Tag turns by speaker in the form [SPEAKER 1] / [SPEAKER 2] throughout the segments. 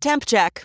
[SPEAKER 1] Temp check.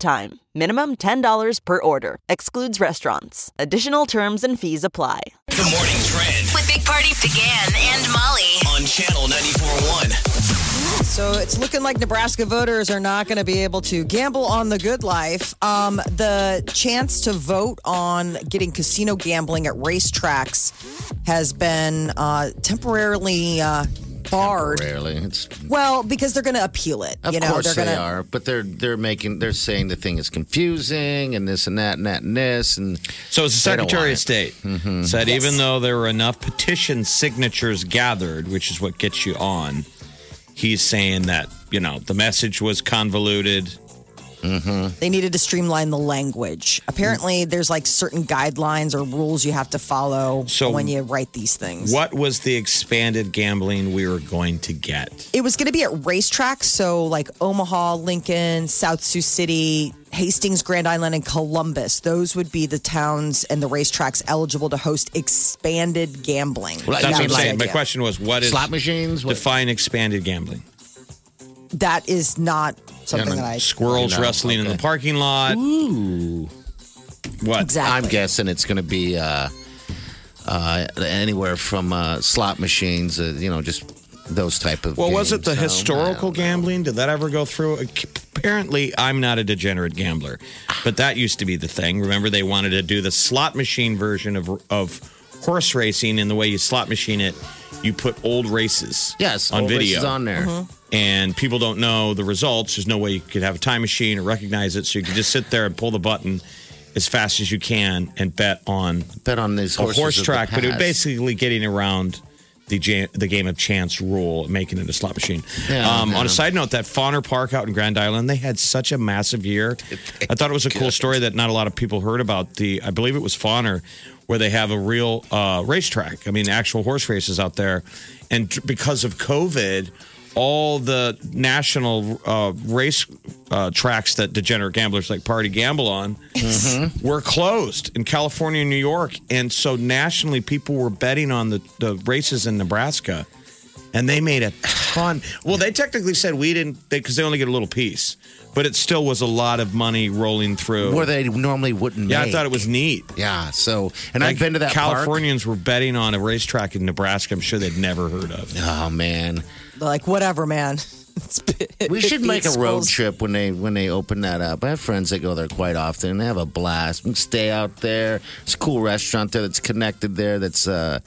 [SPEAKER 1] time. Minimum $10 per order. Excludes restaurants. Additional terms and fees apply.
[SPEAKER 2] The morning trend
[SPEAKER 3] with Big Party began and Molly.
[SPEAKER 2] on channel 94.1.
[SPEAKER 4] So it's looking like Nebraska voters are not going to be able to gamble on the good life. Um, the chance to vote on getting casino gambling at racetracks has been uh, temporarily uh, barred.
[SPEAKER 5] Rarely, it's
[SPEAKER 4] Well, because they're going to appeal it.
[SPEAKER 5] of
[SPEAKER 4] you know,
[SPEAKER 5] course
[SPEAKER 4] they're
[SPEAKER 5] they
[SPEAKER 4] gonna-
[SPEAKER 5] are, but they're they're making they're saying the thing is confusing and this and that and that and this and
[SPEAKER 6] So it's the
[SPEAKER 5] They don't
[SPEAKER 6] Secretary
[SPEAKER 5] want
[SPEAKER 6] of
[SPEAKER 5] it. Mm-hmm.
[SPEAKER 6] State said even though there were enough petition signatures gathered, which is what gets you on, he's saying that you know the message was convoluted.
[SPEAKER 4] They needed to streamline the language. Apparently, there's like certain guidelines or rules you have to follow
[SPEAKER 6] So-
[SPEAKER 4] when you write these things.
[SPEAKER 6] What was the expanded gambling we were going to get?
[SPEAKER 4] it was going to be at racetracks, so like Omaha, Lincoln, South Sioux City, Hastings, Grand Island, and Columbus. Those would be the towns and the racetracks eligible to host expanded gambling.
[SPEAKER 5] Well, I
[SPEAKER 6] That's
[SPEAKER 5] mean,
[SPEAKER 6] what I'm
[SPEAKER 4] was the
[SPEAKER 6] saying. My
[SPEAKER 4] idea.
[SPEAKER 6] question was, what is
[SPEAKER 5] slot machines. What,
[SPEAKER 6] define expanded gambling?
[SPEAKER 4] That is not something
[SPEAKER 5] no.
[SPEAKER 4] that I.
[SPEAKER 6] Squirrels
[SPEAKER 5] No,
[SPEAKER 6] wrestling in
[SPEAKER 5] okay.
[SPEAKER 6] the parking lot. Ooh, what?
[SPEAKER 4] Exactly.
[SPEAKER 5] I'm guessing it's going to be uh, uh, anywhere from uh, slot machines, uh, you know, just those type of.
[SPEAKER 6] Well, was it the
[SPEAKER 5] games. So, I
[SPEAKER 6] historical
[SPEAKER 5] don't know.
[SPEAKER 6] gambling? Did that ever go through? Uh, Apparently, I'm not a degenerate gambler, but that used to be the thing. Remember, they wanted to do the slot machine version of of horse racing, and the way you slot machine it, you put old races,
[SPEAKER 5] Yes,
[SPEAKER 6] on
[SPEAKER 5] all
[SPEAKER 6] video,
[SPEAKER 5] races on there.
[SPEAKER 4] Mm-hmm.
[SPEAKER 6] and people don't know the results. There's no way you could have a time machine or recognize it, so you could just sit there and pull the button as fast as you can and bet on
[SPEAKER 5] Bet on these
[SPEAKER 6] a
[SPEAKER 5] horses
[SPEAKER 6] horse
[SPEAKER 5] of the
[SPEAKER 6] track, but it was
[SPEAKER 5] past.
[SPEAKER 6] basically getting around the jam- the game of chance rule, making it a slot machine.
[SPEAKER 5] Yeah,
[SPEAKER 6] um, On
[SPEAKER 5] yeah.
[SPEAKER 6] a side note, that Fauner Park out in Grand Island, they had such a massive year. I thought it was a cool story that not a lot of people heard about. The I believe it was Fauner, where they have a real uh, racetrack. I mean, actual horse races out there, and t- because of COVID. All the national uh, race uh, tracks that degenerate gamblers like Party Gamble on were closed in California and New York. And so nationally, people were betting on the, the races in Nebraska. And they made a ton. Well, they technically said we didn't, because they, only get a little piece, but it still was a lot of money rolling through.
[SPEAKER 5] where they normally wouldn't.
[SPEAKER 6] yeah, I
[SPEAKER 5] make.
[SPEAKER 6] thought it was neat.
[SPEAKER 5] Yeah, so and
[SPEAKER 6] Like,
[SPEAKER 5] I've been to that park.
[SPEAKER 6] Californians were betting on a racetrack in Nebraska. I'm sure they'd never heard of.
[SPEAKER 5] Oh man,
[SPEAKER 4] They're like whatever, man. It's-
[SPEAKER 5] we
[SPEAKER 4] it
[SPEAKER 5] should make a
[SPEAKER 4] beats
[SPEAKER 5] road
[SPEAKER 4] schools.
[SPEAKER 5] trip when they when they open that up. I have friends that go there quite often. They have a blast. We stay out there. It's a cool restaurant there that's connected there. That's uh,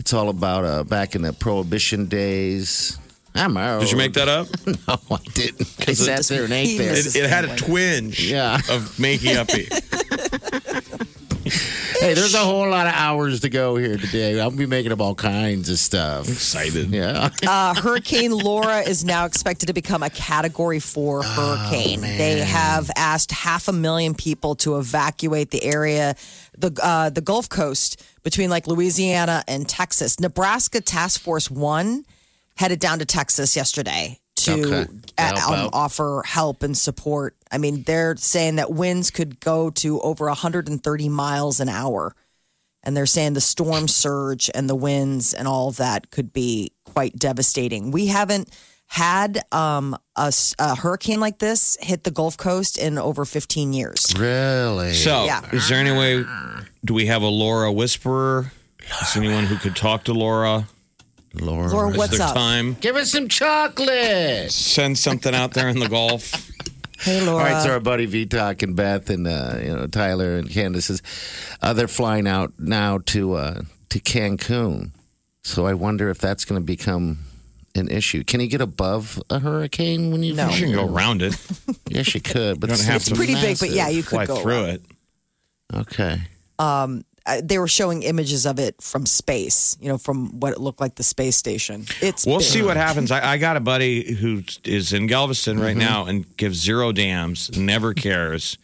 [SPEAKER 5] it's all about uh, back in the prohibition days. I'm out.
[SPEAKER 6] Did you make that up?
[SPEAKER 5] No, I didn't. I
[SPEAKER 6] it-
[SPEAKER 5] sat there and ate there.
[SPEAKER 4] This
[SPEAKER 6] It,
[SPEAKER 4] is
[SPEAKER 6] it had a
[SPEAKER 4] gambling.
[SPEAKER 6] twinge
[SPEAKER 5] Yeah.
[SPEAKER 6] of makey uppy.
[SPEAKER 5] Hey, there's a whole lot of hours to go here today. I'll be making up all kinds of stuff.
[SPEAKER 6] Excited.
[SPEAKER 5] Yeah.
[SPEAKER 4] Uh, hurricane Laura is now expected to become a Category 4 hurricane. They have asked half a million people to evacuate the area, the uh, the Gulf Coast between like Louisiana and Texas. Nebraska Task Force One headed down to Texas yesterday to
[SPEAKER 5] Okay.
[SPEAKER 4] uh,
[SPEAKER 5] Help
[SPEAKER 4] um,
[SPEAKER 5] out.
[SPEAKER 4] offer help and support. I mean, they're saying that winds could go to over 130 miles an hour and they're saying the storm surge and the winds and all of that could be quite devastating. We haven't had um, a, s- a hurricane like this hit the Gulf Coast in over 15 years.
[SPEAKER 5] Really?
[SPEAKER 6] So,
[SPEAKER 4] Yeah.
[SPEAKER 6] is there any way? Do we have a Laura whisperer? Is anyone who could talk to Laura?
[SPEAKER 5] Laura.
[SPEAKER 4] Laura,
[SPEAKER 6] Is
[SPEAKER 4] what's
[SPEAKER 6] there
[SPEAKER 4] up?
[SPEAKER 6] time?
[SPEAKER 5] Give us some chocolate.
[SPEAKER 6] Send something out there in the Gulf.
[SPEAKER 4] Hey,
[SPEAKER 5] All
[SPEAKER 4] Laura.
[SPEAKER 5] right, so
[SPEAKER 6] Uh,
[SPEAKER 5] our buddy VTOC and Beth and uh, you know Tyler and Candace is uh, they're flying out now to uh, to Cancun. So I wonder if that's going to become an issue. Can you get above a hurricane when you?
[SPEAKER 4] No.
[SPEAKER 6] You can go around it.
[SPEAKER 5] Yes, you could, but
[SPEAKER 6] You don't
[SPEAKER 5] it's,
[SPEAKER 6] have
[SPEAKER 5] it's
[SPEAKER 6] to-
[SPEAKER 4] Pretty big, but yeah, you could
[SPEAKER 6] fly
[SPEAKER 4] go.
[SPEAKER 6] through it.
[SPEAKER 5] Okay.
[SPEAKER 4] uh, they were showing images of it from space, you know, from what it looked like the space station. It's
[SPEAKER 6] We'll
[SPEAKER 4] big.
[SPEAKER 6] see what happens. I, I got a buddy who is in Galveston
[SPEAKER 4] Mm-hmm.
[SPEAKER 6] right now and gives zero dams, never cares.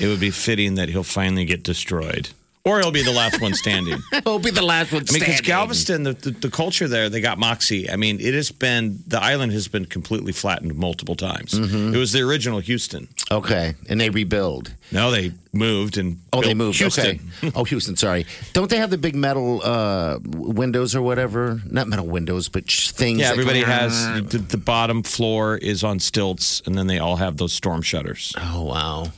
[SPEAKER 6] It would be fitting that he'll finally get destroyed, or he'll be the last one standing. I mean,
[SPEAKER 5] I'll be the last one standing.
[SPEAKER 6] because Galveston, the, the, the culture there, they got moxie. I mean, it has been the island has been completely flattened multiple times.
[SPEAKER 5] Mm-hmm.
[SPEAKER 6] It was the original Houston.
[SPEAKER 5] Okay, and they rebuild.
[SPEAKER 6] Now they moved and
[SPEAKER 5] Oh, they
[SPEAKER 6] built
[SPEAKER 5] moved.
[SPEAKER 6] Houston.
[SPEAKER 5] Okay. Oh, Houston. Sorry. Don't they have the big metal uh, windows or whatever? Not metal windows, but sh- things.
[SPEAKER 6] Yeah,
[SPEAKER 5] that go-
[SPEAKER 6] everybody has the, the bottom floor is on stilts, and then they all have those storm shutters.
[SPEAKER 5] Oh wow.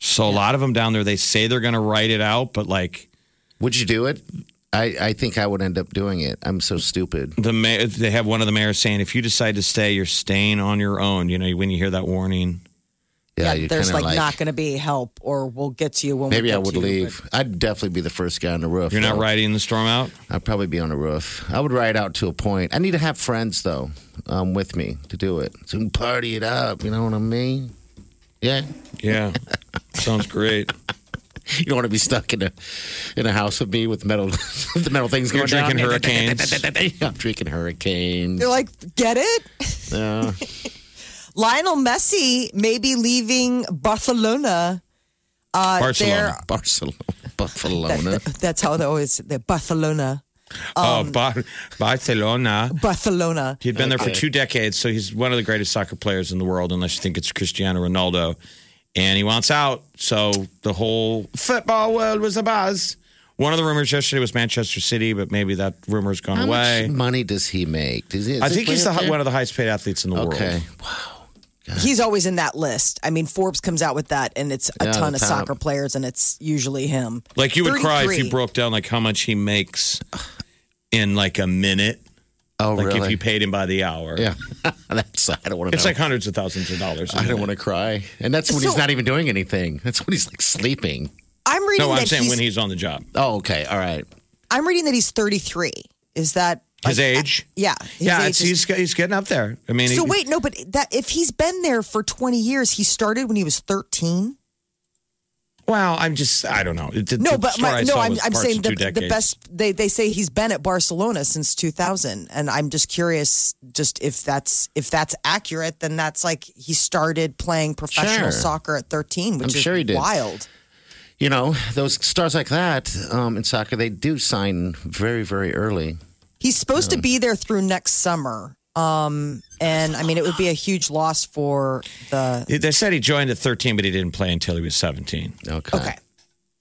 [SPEAKER 6] So a lot of them down there, they say they're going to write it out, but like
[SPEAKER 5] Would you do it? I, I think I would end up doing it. I'm so stupid.
[SPEAKER 6] the mayor, they have one of the mayors saying, if you decide to stay, you're staying on your own. You know, when you hear that warning,
[SPEAKER 4] Yeah,
[SPEAKER 5] Yeah, you're
[SPEAKER 4] there's
[SPEAKER 5] kinda
[SPEAKER 4] like, not going to be help, or we'll get to you when we
[SPEAKER 5] Maybe
[SPEAKER 4] get
[SPEAKER 5] I would
[SPEAKER 4] to you,
[SPEAKER 5] leave. I'd definitely be the first guy on the roof.
[SPEAKER 6] you're not
[SPEAKER 5] though.
[SPEAKER 6] riding the storm out.
[SPEAKER 5] I'd probably be on the roof. I would ride out to a point. I need to have friends though, um, with me to do it. So we can party it up. You know what I mean? Yeah.
[SPEAKER 6] Yeah, sounds great.
[SPEAKER 5] You don't want to be stuck in a in a house with me with metal the metal things
[SPEAKER 6] You're
[SPEAKER 5] going
[SPEAKER 6] drinking
[SPEAKER 5] down.
[SPEAKER 6] hurricanes.
[SPEAKER 5] I'm drinking hurricanes. Uh,
[SPEAKER 4] They're like, get it?
[SPEAKER 5] Yeah.
[SPEAKER 4] Lionel Messi may be leaving Barcelona. Uh,
[SPEAKER 6] Barcelona.
[SPEAKER 5] Barcelona,
[SPEAKER 4] they're-
[SPEAKER 5] Buffalona.
[SPEAKER 4] that- that's how they always the Barcelona,
[SPEAKER 6] oh, Bar- Barcelona.
[SPEAKER 4] Barcelona.
[SPEAKER 6] He'd been there for two decades, so he's one of the greatest soccer players in the world, unless you think it's Cristiano Ronaldo. And he wants out, so the whole football world was a buzz. One of the rumors yesterday was Manchester City, but maybe that rumor's gone
[SPEAKER 5] How
[SPEAKER 6] away.
[SPEAKER 5] much money does he make? Does he,
[SPEAKER 6] I think he's the, hi- one of the highest paid athletes in the
[SPEAKER 5] Okay.
[SPEAKER 6] world.
[SPEAKER 4] He's always in that list. I mean, Forbes comes out with that, and it's a
[SPEAKER 5] Yeah,
[SPEAKER 4] ton
[SPEAKER 5] the
[SPEAKER 4] of
[SPEAKER 5] top.
[SPEAKER 4] soccer players, and it's usually him.
[SPEAKER 6] Like you would cry if
[SPEAKER 4] 33.
[SPEAKER 6] you broke down like how much he makes in like a minute,
[SPEAKER 5] Oh,
[SPEAKER 6] like
[SPEAKER 5] really?
[SPEAKER 6] if you paid him by the hour.
[SPEAKER 5] yeah. that's. I don't want to.
[SPEAKER 6] It's like hundreds of thousands of dollars.
[SPEAKER 5] I don't want to cry, and that's when he's
[SPEAKER 4] So-
[SPEAKER 5] not even doing anything. That's when he's like sleeping.
[SPEAKER 4] I'm reading
[SPEAKER 6] No, I'm
[SPEAKER 4] that
[SPEAKER 6] saying
[SPEAKER 4] he's,
[SPEAKER 6] when he's on the job.
[SPEAKER 5] Oh, okay. All right.
[SPEAKER 4] I'm reading that he's 33. Is that
[SPEAKER 6] His
[SPEAKER 4] like, uh,
[SPEAKER 6] age?
[SPEAKER 4] Yeah, his
[SPEAKER 6] yeah,
[SPEAKER 4] age
[SPEAKER 6] it's,
[SPEAKER 4] is-
[SPEAKER 6] he's he's getting up there. I mean,
[SPEAKER 4] So
[SPEAKER 6] he-
[SPEAKER 4] wait, no, but that if he's been there for 20 years, he started when he was 13.
[SPEAKER 6] Well, I'm just I don't know. It- the-
[SPEAKER 4] No,
[SPEAKER 6] the
[SPEAKER 4] but
[SPEAKER 6] story I
[SPEAKER 4] my, no,
[SPEAKER 6] saw
[SPEAKER 4] I'm,
[SPEAKER 6] was
[SPEAKER 4] I'm
[SPEAKER 6] parts
[SPEAKER 4] saying
[SPEAKER 6] of
[SPEAKER 4] the,
[SPEAKER 6] two
[SPEAKER 4] the
[SPEAKER 6] decades.
[SPEAKER 4] best. They they say he's been at Barcelona since 2000, and I'm just curious, just if that's if that's accurate, then that's like he started playing professional
[SPEAKER 5] Sure.
[SPEAKER 4] soccer at 13, which
[SPEAKER 5] I'm
[SPEAKER 4] is
[SPEAKER 5] sure he did.
[SPEAKER 4] wild.
[SPEAKER 5] You know those stars like that um, in soccer, they do sign very, very early.
[SPEAKER 4] He's supposed to be there through next summer. Um, and I mean, it would be a huge loss for the
[SPEAKER 6] They said he joined at 13, but he didn't play until he was 17.
[SPEAKER 5] Okay.
[SPEAKER 4] Okay.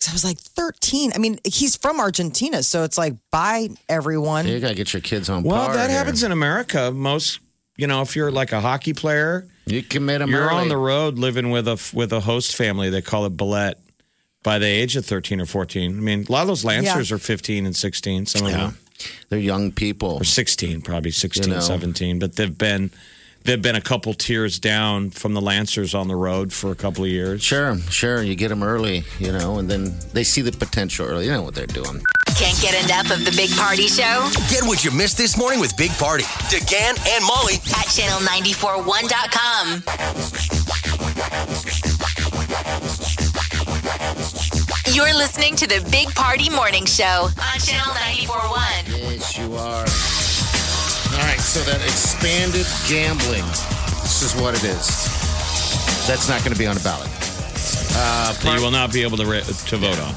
[SPEAKER 4] So I was like 13. I mean, he's from Argentina, so it's like bye everyone.
[SPEAKER 5] You gotta get your kids on.
[SPEAKER 6] Well,
[SPEAKER 5] par
[SPEAKER 6] that
[SPEAKER 5] here.
[SPEAKER 6] happens in America. Most, you know, if you're like a hockey player,
[SPEAKER 5] You commit them.
[SPEAKER 6] you're on
[SPEAKER 5] early.
[SPEAKER 6] the road living with a with a host family. They call it billet. By the age of 13 or 14, I mean, a lot of those Lancers
[SPEAKER 4] Yeah.
[SPEAKER 6] are 15 and 16. Some of them
[SPEAKER 5] They're young people.
[SPEAKER 6] are 16, probably 16,
[SPEAKER 5] You know.
[SPEAKER 6] 17. But they've been they've been a couple tiers down from the Lancers on the road for a couple of years.
[SPEAKER 5] Sure, sure. You get them early, you know, and then they see the potential early. You know what they're doing.
[SPEAKER 3] Can't get enough of the Big Party Show
[SPEAKER 2] Get what you missed this morning with Big Party, DeGan and Molly
[SPEAKER 3] at channel941.com. You're listening to the Big Party Morning Show on channel 941.
[SPEAKER 5] Yes, you are. All right, so that expanded gambling. This is what it is. That's not going to be on the ballot.
[SPEAKER 6] That you will not be able to re- to vote on.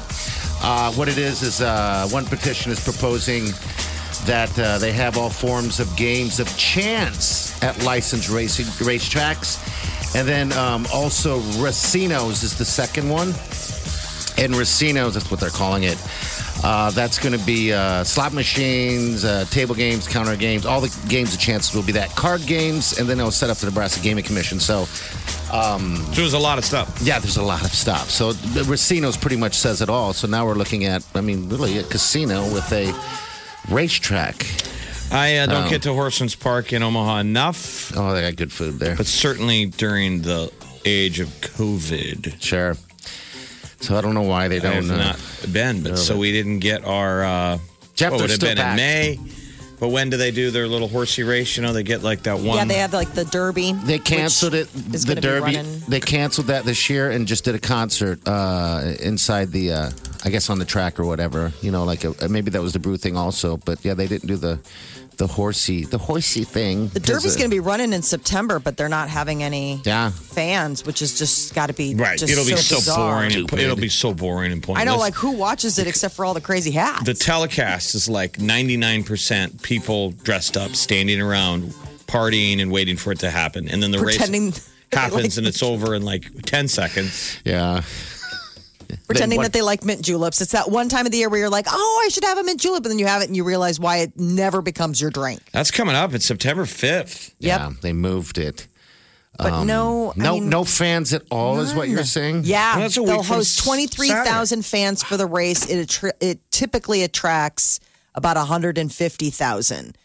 [SPEAKER 5] Uh, what it is is uh, one petition is proposing that uh, they have all forms of games of chance at licensed racing racetracks, and then um, also racinos is the second one. And racinos, that's what they're calling it. Uh, that's going to be uh, slot machines, uh, table games, counter games, all the games of chance will be that. Card games, and then it'll set up the Nebraska Gaming Commission. So
[SPEAKER 6] So there's a lot of stuff.
[SPEAKER 5] yeah, there's a lot of stuff. So the Racino's pretty much says it all. So now we're looking at, I mean, really a casino with a racetrack.
[SPEAKER 6] I uh, don't get to Horsens Park in Omaha enough,
[SPEAKER 5] Oh, they got good food there.
[SPEAKER 6] but certainly during the age of COVID,
[SPEAKER 5] Sure. So I don't know why they
[SPEAKER 6] I have
[SPEAKER 5] don't. uh,
[SPEAKER 6] not been. But so we didn't get our. Uh,
[SPEAKER 5] Jeff,
[SPEAKER 6] what
[SPEAKER 5] they're
[SPEAKER 6] would have
[SPEAKER 5] still
[SPEAKER 6] been
[SPEAKER 5] packed.
[SPEAKER 6] in May? But when do they do their little horsey race? You know, they get like that one.
[SPEAKER 4] Yeah, they have like the Derby.
[SPEAKER 5] They canceled it.
[SPEAKER 4] is
[SPEAKER 5] The
[SPEAKER 4] gonna be
[SPEAKER 5] Derby.
[SPEAKER 4] running.
[SPEAKER 5] They canceled that this year and just did a concert uh, inside the. Uh, I guess on the track or whatever. You know, like a, maybe that was the brew thing also. But yeah, they didn't do the the horsey the horsey thing. uh,
[SPEAKER 4] The Derby's going to be running in September, but they're not having any
[SPEAKER 5] Yeah.
[SPEAKER 4] fans, which is just got to be
[SPEAKER 6] Right.
[SPEAKER 4] Just
[SPEAKER 6] It'll be so
[SPEAKER 4] bizarre.
[SPEAKER 6] boring. And,
[SPEAKER 5] Stupid.
[SPEAKER 6] it'll be so boring and pointless.
[SPEAKER 4] I know, like who watches it except for all the crazy hats.
[SPEAKER 6] the telecast is like 99% people dressed up, standing around, partying and waiting for it to happen. And then the
[SPEAKER 4] Pretending
[SPEAKER 6] race
[SPEAKER 4] they like-
[SPEAKER 6] happens and it's over in like 10 seconds.
[SPEAKER 5] Yeah.
[SPEAKER 4] pretending
[SPEAKER 5] what-
[SPEAKER 4] that they like mint juleps. It's that one time of the year where you're like, oh, I should have a mint julep, and then you have it, and you realize why it never becomes your drink.
[SPEAKER 6] That's coming up. It's September 5th.
[SPEAKER 4] Yep.
[SPEAKER 5] Yeah. They moved it.
[SPEAKER 4] But
[SPEAKER 6] Um,
[SPEAKER 4] no, I
[SPEAKER 5] No,
[SPEAKER 4] mean,
[SPEAKER 5] no fans at all is what you're saying.
[SPEAKER 4] Yeah,
[SPEAKER 6] Well, that's a
[SPEAKER 4] they'll
[SPEAKER 6] week from
[SPEAKER 4] host twenty three thousand fans for the race. It attr it typically attracts about hundred and fifty thousand,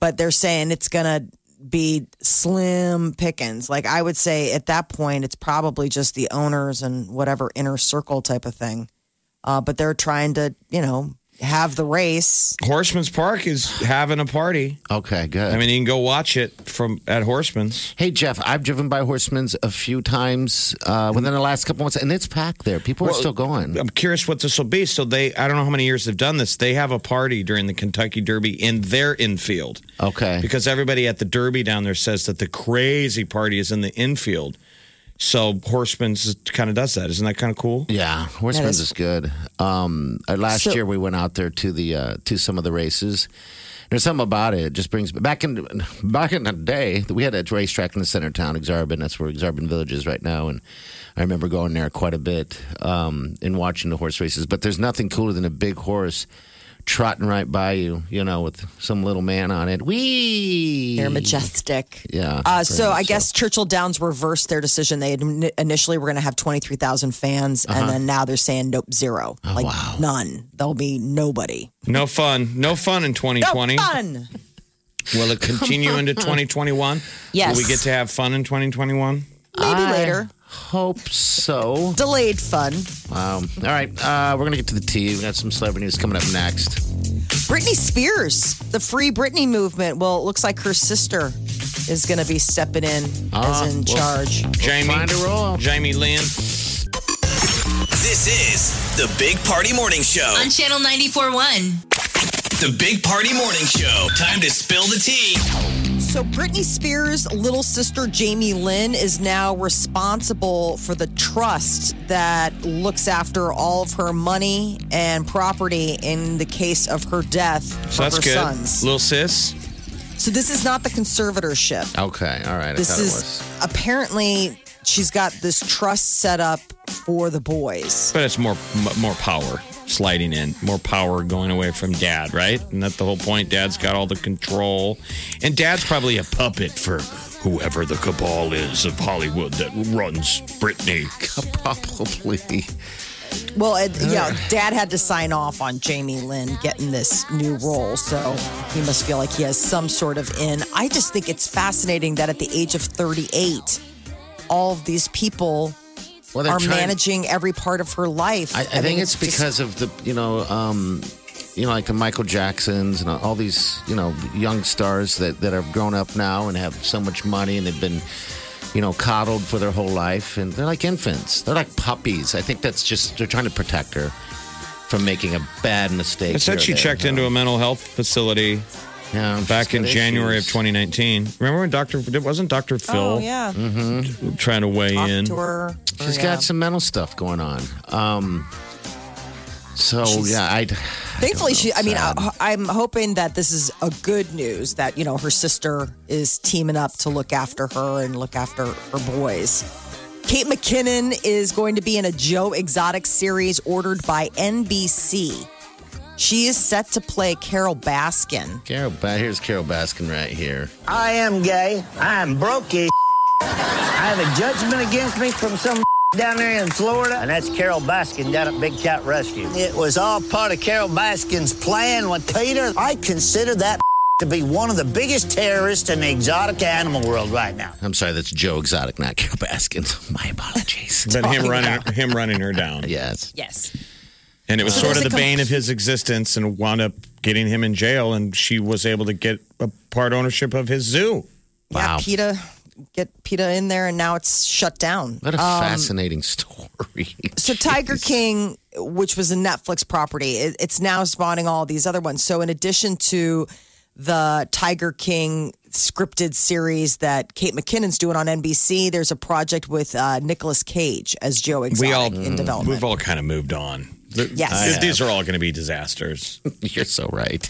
[SPEAKER 4] but they're saying it's gonna be slim pickings. Like I would say at that point, it's probably just the owners and whatever inner circle type of thing. Uh, but they're trying to, you know, have the race.
[SPEAKER 6] Horseman's Park is having a party.
[SPEAKER 5] Okay. Good.
[SPEAKER 6] I mean, you can go watch it from at Horseman's.
[SPEAKER 5] Hey Jeff, I've driven by Horseman's a few times uh, within the last couple months, and it's packed there. People are still going.
[SPEAKER 6] I'm curious what this will be. So they, I don't know how many years they've done this. They have a party during the Kentucky Derby in their infield
[SPEAKER 5] Okay,
[SPEAKER 6] because everybody at the Derby down there says that the crazy party is in the infield. So Horseman's kind of does that. Isn't that kind of cool?
[SPEAKER 5] yeah, Horseman's
[SPEAKER 4] That
[SPEAKER 5] is,
[SPEAKER 4] is-
[SPEAKER 5] good. Um, uh, last
[SPEAKER 4] So-
[SPEAKER 5] year we went out there to the uh, to some of the races. There's something about it. It just brings back in back in the day. We had a racetrack in the center of town, Exarban. That's where Exarban Village is right now, and I remember going there quite a bit um, and watching the horse races. But there's nothing cooler than a big horse trotting right by you, you know, with some little man on it. Wee.
[SPEAKER 4] They're majestic.
[SPEAKER 5] Yeah.
[SPEAKER 4] Uh, so I guess Churchill Downs reversed their decision. They had in- initially were going to have 23,000 fans,
[SPEAKER 5] Uh-huh.
[SPEAKER 4] and then now they're saying nope, zero.
[SPEAKER 5] Oh,
[SPEAKER 4] like none. There'll be nobody.
[SPEAKER 6] No fun. No fun in 2020.
[SPEAKER 4] No fun.
[SPEAKER 6] Will it continue into 2021?
[SPEAKER 4] Yes.
[SPEAKER 6] Will we get to have fun in 2021?
[SPEAKER 4] Maybe
[SPEAKER 5] I
[SPEAKER 4] later.
[SPEAKER 5] Hope so.
[SPEAKER 4] Delayed fun.
[SPEAKER 5] Um, all right, uh, we're gonna get to the tea. We got some celebrity news coming up next.
[SPEAKER 4] Britney Spears, the Free Britney movement. Well, it looks like her sister is going to be stepping in
[SPEAKER 5] Ah,
[SPEAKER 4] as in
[SPEAKER 5] well.
[SPEAKER 4] charge.
[SPEAKER 6] Jamie.
[SPEAKER 5] find a roll.
[SPEAKER 6] Jamie Lynn.
[SPEAKER 2] This is the Big Party Morning Show.
[SPEAKER 3] On Channel 94.1.
[SPEAKER 2] The Big Party Morning Show. Time to spill the tea.
[SPEAKER 4] So Britney Spears' little sister Jamie Lynn is now responsible for the trust that looks after all of her money and property in the case of her death for
[SPEAKER 6] So that's
[SPEAKER 4] her
[SPEAKER 6] good.
[SPEAKER 4] sons.
[SPEAKER 6] Little sis.
[SPEAKER 4] So this is not the conservatorship.
[SPEAKER 5] Okay, all right. I
[SPEAKER 4] This
[SPEAKER 5] thought
[SPEAKER 4] is
[SPEAKER 5] it was.
[SPEAKER 4] apparently she's got this trust set up for the boys.
[SPEAKER 6] But it's more m- more power sliding in, more power going away from dad, right? And that's the whole point. Dad's got all the control, and dad's probably a puppet for whoever the cabal is of Hollywood that runs Britney.
[SPEAKER 5] Probably.
[SPEAKER 4] Well, it, yeah, Dad had to sign off on Jamie Lynn getting this new role, so he must feel like he has some sort of in. I just think it's fascinating that at the age of 38, all of these people
[SPEAKER 5] Well, they're
[SPEAKER 4] are
[SPEAKER 5] trying-
[SPEAKER 4] managing every part of her life.
[SPEAKER 5] I, I think it's
[SPEAKER 4] just-
[SPEAKER 5] because of the you know um, you know like the Michael Jacksons and all these you know young stars that that have grown up now and have so much money and they've been you know coddled for their whole life and they're like infants. They're like puppies. I think that's just they're trying to protect her from making a bad mistake.
[SPEAKER 6] It said
[SPEAKER 5] here
[SPEAKER 6] she
[SPEAKER 5] or there,
[SPEAKER 6] checked
[SPEAKER 5] you know.
[SPEAKER 6] into a mental health facility
[SPEAKER 5] Yeah,
[SPEAKER 6] back
[SPEAKER 5] she's
[SPEAKER 6] in
[SPEAKER 5] got
[SPEAKER 6] January of
[SPEAKER 5] issues.
[SPEAKER 6] 2019. Remember when Doctor wasn't Doctor Phil
[SPEAKER 4] Oh, yeah.
[SPEAKER 6] trying to weigh
[SPEAKER 4] Talk
[SPEAKER 6] in?
[SPEAKER 4] to her.
[SPEAKER 5] She's
[SPEAKER 4] Or, Oh, yeah.
[SPEAKER 5] got some mental stuff going on. Um, so
[SPEAKER 4] She's-
[SPEAKER 5] yeah, I.
[SPEAKER 4] Thankfully, she. I mean,
[SPEAKER 5] sad.
[SPEAKER 4] I, I'm hoping that this is a good news that you know her sister is teaming up to look after her and look after her boys. Kate McKinnon is going to be in a Joe Exotic series ordered by NBC. She is set to play Carol Baskin.
[SPEAKER 5] Carol, ba- here's Carol Baskin right here.
[SPEAKER 7] I am gay. I am broke as I have a judgment against me from some down there in Florida. And that's Carol Baskin down at Big Cat Rescue. It was all part of Carol Baskin's plan with Peter. I consider that to be one of the biggest terrorists in the exotic animal world right now.
[SPEAKER 5] I'm sorry, that's Joe Exotic, not Carol Baskin. My apologies.
[SPEAKER 6] Then him running him running her down.
[SPEAKER 5] yes.
[SPEAKER 4] Yes.
[SPEAKER 6] And it was sort of
[SPEAKER 4] there's
[SPEAKER 6] the
[SPEAKER 4] a
[SPEAKER 6] bane
[SPEAKER 4] com-
[SPEAKER 6] of his existence and wound up getting him in jail. And she was able to get a part ownership of his zoo.
[SPEAKER 5] Wow.
[SPEAKER 4] Yeah, PETA, get PETA in there, and now it's shut down.
[SPEAKER 5] What a fascinating story.
[SPEAKER 4] So Tiger King which was a Netflix property. It, it's now spawning all these other ones. So, in addition to the Tiger King scripted series that Kate McKinnon's doing on NBC, there's a project with uh, Nicolas Cage as Joe Exotic
[SPEAKER 6] all-
[SPEAKER 4] in development.
[SPEAKER 6] We've all kind of moved on. The-
[SPEAKER 4] Yes. I
[SPEAKER 6] th- These are all going to be disasters.
[SPEAKER 5] You're so right.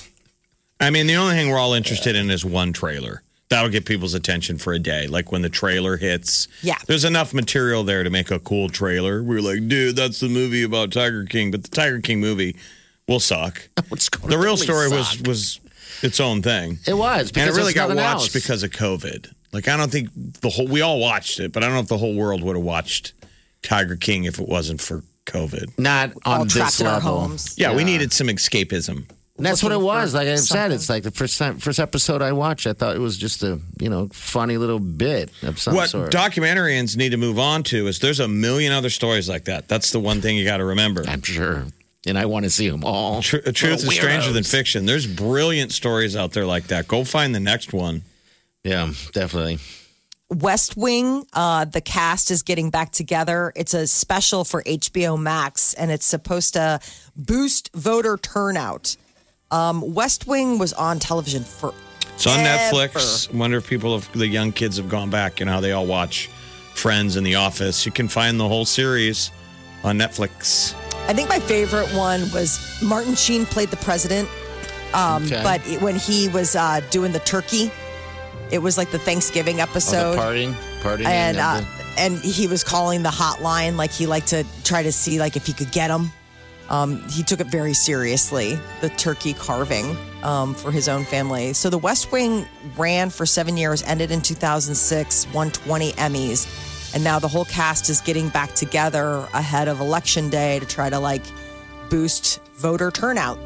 [SPEAKER 6] I mean, the only thing we're all interested in is one trailer. That'll get people's attention for a day. Like when the trailer hits.
[SPEAKER 4] Yeah.
[SPEAKER 6] There's enough material there to make a cool trailer. We're like, dude, that's the movie about Tiger King, but the Tiger King movie will suck.
[SPEAKER 5] It's gonna
[SPEAKER 6] The real story
[SPEAKER 5] totally suck.
[SPEAKER 6] was was its own thing.
[SPEAKER 5] It
[SPEAKER 6] and
[SPEAKER 5] was
[SPEAKER 6] it
[SPEAKER 5] because
[SPEAKER 6] really
[SPEAKER 5] it's
[SPEAKER 6] got
[SPEAKER 5] nothing
[SPEAKER 6] watched
[SPEAKER 5] else.
[SPEAKER 6] because of COVID. Like I don't think the whole we all watched it, but I don't know if the whole world would have watched Tiger King if it wasn't for COVID.
[SPEAKER 5] not on
[SPEAKER 4] all
[SPEAKER 5] this
[SPEAKER 4] trapped in our
[SPEAKER 5] level.
[SPEAKER 4] homes.
[SPEAKER 6] Yeah, we needed some escapism.
[SPEAKER 5] And that's what it
[SPEAKER 4] looking
[SPEAKER 5] was.
[SPEAKER 4] for
[SPEAKER 5] Like I said,
[SPEAKER 4] something.
[SPEAKER 5] it's like the first time, first episode I watched. I thought it was just a you know funny little bit of some
[SPEAKER 6] what
[SPEAKER 5] sort.
[SPEAKER 6] documentarians need to move on to is there's a million other stories like that. That's the one thing you got to remember.
[SPEAKER 5] I'm sure, and I want to see them all.
[SPEAKER 6] Tr- truth is
[SPEAKER 5] Little
[SPEAKER 6] stranger than
[SPEAKER 5] weirdos.
[SPEAKER 6] fiction. There's brilliant stories out there like that. Go find the next one.
[SPEAKER 5] Yeah, definitely.
[SPEAKER 4] West Wing, uh, the cast is getting back together. It's a special for HBO Max, and it's supposed to boost voter turnout. Um, West Wing was on television for
[SPEAKER 6] It's on Netflix. I wonder if people, have, the young kids, have gone back and how they all watch Friends and The Office. You can find the whole series on Netflix.
[SPEAKER 4] I think my favorite one was Martin Sheen played the president, um,
[SPEAKER 5] Okay.
[SPEAKER 4] but it- when he was uh, doing the turkey, it was like the Thanksgiving
[SPEAKER 5] So
[SPEAKER 4] episode,
[SPEAKER 5] Oh, the partying, partying,
[SPEAKER 4] and uh,
[SPEAKER 5] of
[SPEAKER 4] and he was calling the hotline like he liked to try to see like if he could get him. Um, he took it very seriously, the turkey carving um, for his own family. So the West Wing ran for seven years, ended in 2006, won 20 Emmys, and now the whole cast is getting back together ahead of election day to try to like boost voter turnout.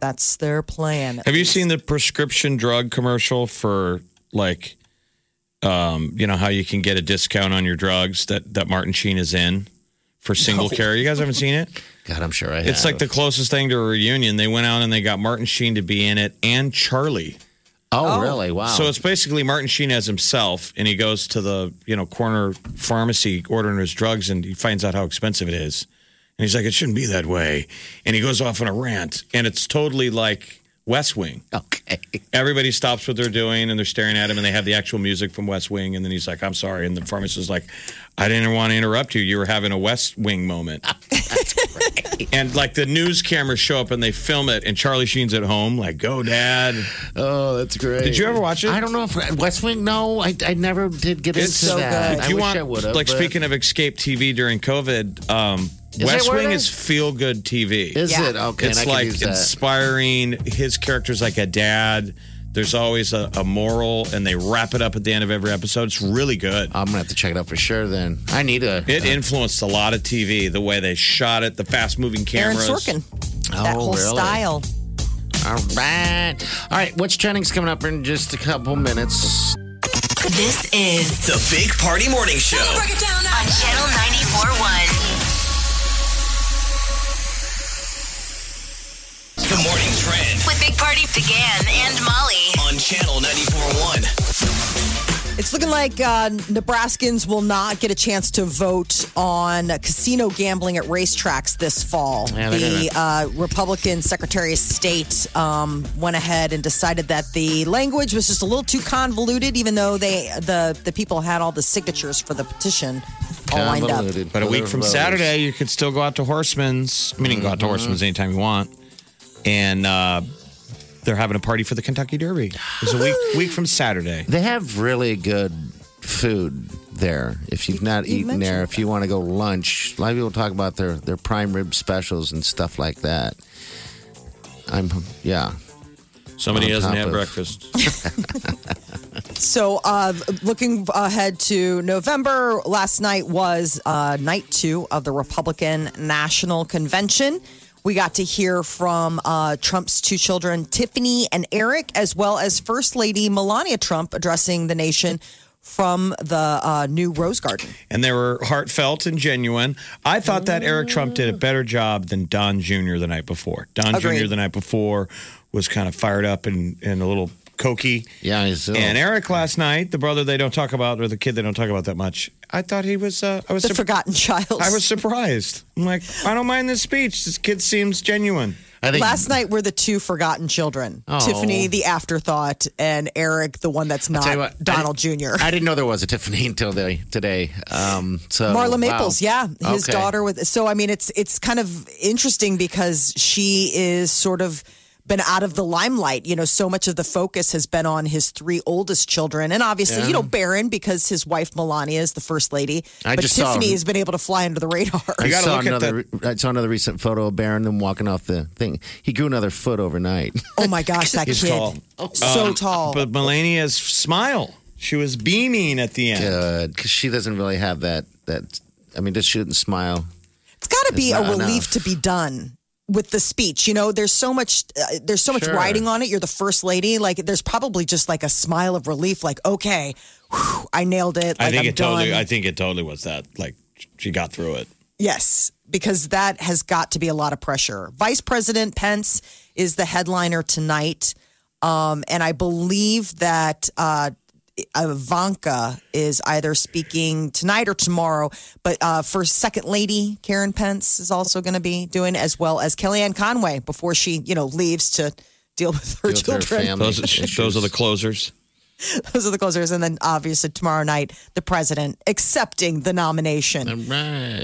[SPEAKER 4] That's their plan.
[SPEAKER 6] Have you seen the prescription drug commercial for like, um, you know how you can get a discount on your drugs that that Martin Sheen is in for single care? You guys haven't seen it?
[SPEAKER 5] the, God, I'm sure I.
[SPEAKER 6] It's like the closest thing to a reunion. They went out and they got Martin Sheen to be in it and Charlie.
[SPEAKER 5] oh, really wow.
[SPEAKER 6] So it's basically Martin Sheen as himself, and he goes to the you know corner pharmacy ordering his drugs, and he finds out how expensive it is, and he's like, "It shouldn't be that way," and he goes off on a rant, and it's totally like West Wing.
[SPEAKER 5] okay.
[SPEAKER 6] Everybody stops what they're doing and they're staring at him, and they have the actual music from West Wing, and then he's like, "I'm sorry," and the pharmacist's like, "I didn't want to interrupt you. You were having a West Wing moment." and like the news cameras show up and they film it, and Charlie Sheen's at home, like, "Go, Dad."
[SPEAKER 5] Oh, that's great.
[SPEAKER 6] Did you ever watch it?
[SPEAKER 5] I don't know if uh, West Wing. No, I, I never did get into
[SPEAKER 6] so
[SPEAKER 5] that.
[SPEAKER 6] If
[SPEAKER 5] I
[SPEAKER 6] you
[SPEAKER 5] wish
[SPEAKER 6] want,
[SPEAKER 5] I would have.
[SPEAKER 6] like speaking of escape TV during COVID, um,
[SPEAKER 5] Is
[SPEAKER 6] West
[SPEAKER 5] that where it
[SPEAKER 6] Wing
[SPEAKER 5] is?
[SPEAKER 6] is feel good TV.
[SPEAKER 5] is
[SPEAKER 4] Yeah.
[SPEAKER 5] it okay? and
[SPEAKER 6] it's
[SPEAKER 5] I could
[SPEAKER 6] like
[SPEAKER 5] use that.
[SPEAKER 6] inspiring. His character's like a dad. There's always a, a moral, and they wrap it up at the end of every episode. It's really good.
[SPEAKER 5] I'm gonna have to check it out for sure. Then I need a.
[SPEAKER 6] It influenced a lot of TV. The way they shot it, the fast moving
[SPEAKER 4] Aaron
[SPEAKER 6] cameras.
[SPEAKER 4] Sorkin, that
[SPEAKER 5] Oh,
[SPEAKER 4] whole
[SPEAKER 5] really?
[SPEAKER 4] style.
[SPEAKER 5] All right. All right. What's trending's coming up in just a couple minutes?
[SPEAKER 3] This is
[SPEAKER 2] The Big Party Morning Show.
[SPEAKER 3] on Channel 94.1.
[SPEAKER 2] The Morning Trend
[SPEAKER 3] With Big Party began and Molly.
[SPEAKER 2] on Channel 94.1.
[SPEAKER 4] It's looking like uh, Nebraskans will not get a chance to vote on casino gambling at racetracks this fall.
[SPEAKER 5] Yeah, they're
[SPEAKER 4] the uh, Republican Secretary of State um, went ahead and decided that the language was just a little too convoluted, even though they the the people had all the signatures for the petition all lined up.
[SPEAKER 5] Convoluted.
[SPEAKER 6] But a week from
[SPEAKER 5] Voters. Mm-hmm.
[SPEAKER 6] Saturday, you could still go out to Horseman's. I mean, you can go out to Horseman's anytime you want. And uh, they're having a party for the Kentucky Derby. It's a week week from Saturday.
[SPEAKER 5] They have really good food there. If you've not
[SPEAKER 4] you
[SPEAKER 5] eaten there, if you want to go lunch, a lot of people talk about their their prime rib specials and stuff like that. I'm yeah.
[SPEAKER 6] Somebody
[SPEAKER 5] On
[SPEAKER 6] hasn't had
[SPEAKER 5] top of-
[SPEAKER 6] breakfast.
[SPEAKER 4] So, uh, looking ahead to November, last night was uh, night two of the Republican National Convention. We got to hear from uh, Trump's two children, Tiffany and Eric, as well as First Lady Melania Trump addressing the nation from the uh, new Rose Garden.
[SPEAKER 6] And they were heartfelt and genuine. I thought that Eric Trump did a better job than Don Jr. the night before. Don Jr.
[SPEAKER 4] Oh. Agreed.
[SPEAKER 6] the night before was kind of fired up and, and a little cokey.
[SPEAKER 5] Yeah, it's,
[SPEAKER 4] Oh.
[SPEAKER 6] And Eric last night, the brother they don't talk about or the kid they don't talk about that much, I thought he was. Uh, I was.
[SPEAKER 4] The
[SPEAKER 6] surp-
[SPEAKER 4] forgotten child.
[SPEAKER 6] I was surprised. I'm like, I don't mind this speech. This kid seems genuine.
[SPEAKER 5] I think
[SPEAKER 4] Last night were the two forgotten children
[SPEAKER 5] Oh.
[SPEAKER 4] Tiffany, the afterthought, and Eric, the one that's not
[SPEAKER 5] tell you what, I
[SPEAKER 4] Donald
[SPEAKER 5] didn't-
[SPEAKER 4] Jr.
[SPEAKER 5] I didn't know there was a Tiffany until they, today. Um, so
[SPEAKER 4] Marla Maples,
[SPEAKER 5] wow.
[SPEAKER 4] yeah, his
[SPEAKER 5] Okay.
[SPEAKER 4] daughter with. So I mean, it's it's kind of interesting because she is sort of been out of the limelight. You know, so much of the focus has been on his three oldest children, and obviously, you know, Barron because his wife Melania is the first lady.
[SPEAKER 5] I
[SPEAKER 4] but
[SPEAKER 5] just saw
[SPEAKER 4] Tiffany
[SPEAKER 5] him.
[SPEAKER 4] has been able to fly under the radar.
[SPEAKER 5] I
[SPEAKER 6] gotta
[SPEAKER 5] saw
[SPEAKER 6] look at
[SPEAKER 5] another. I saw another recent photo of Baron them walking off the thing. He grew another foot overnight.
[SPEAKER 4] Oh my gosh, that
[SPEAKER 6] He's
[SPEAKER 4] kid,
[SPEAKER 6] tall.
[SPEAKER 4] so
[SPEAKER 6] Um,
[SPEAKER 4] tall.
[SPEAKER 6] But Melania's smile. She was beaming at the end.
[SPEAKER 5] Good, because Uh, she doesn't really have that. That I mean, just shouldn't smile.
[SPEAKER 4] it's got to be a
[SPEAKER 5] It's not
[SPEAKER 4] relief
[SPEAKER 5] enough.
[SPEAKER 4] to be done with the speech you know there's so much uh, there's so much
[SPEAKER 5] Sure.
[SPEAKER 4] riding on it you're the first lady like there's probably just like a smile of relief like okay whew, i nailed it like
[SPEAKER 6] I think
[SPEAKER 4] am
[SPEAKER 6] it
[SPEAKER 4] done
[SPEAKER 6] totally. I think it totally was that. Like she got through it.
[SPEAKER 4] yes because that has got to be a lot of pressure vice president pence is the headliner tonight um, and i believe that uh, ivanka is either speaking tonight or tomorrow but uh, for second lady karen pence is also going to be doing as well as kellyanne conway before she you know leaves to deal with her
[SPEAKER 5] Deal with her
[SPEAKER 4] children
[SPEAKER 5] family
[SPEAKER 6] Those those
[SPEAKER 5] issues.
[SPEAKER 6] are the closers.
[SPEAKER 4] those are the closers and then obviously tomorrow night the president accepting the nomination
[SPEAKER 5] Right.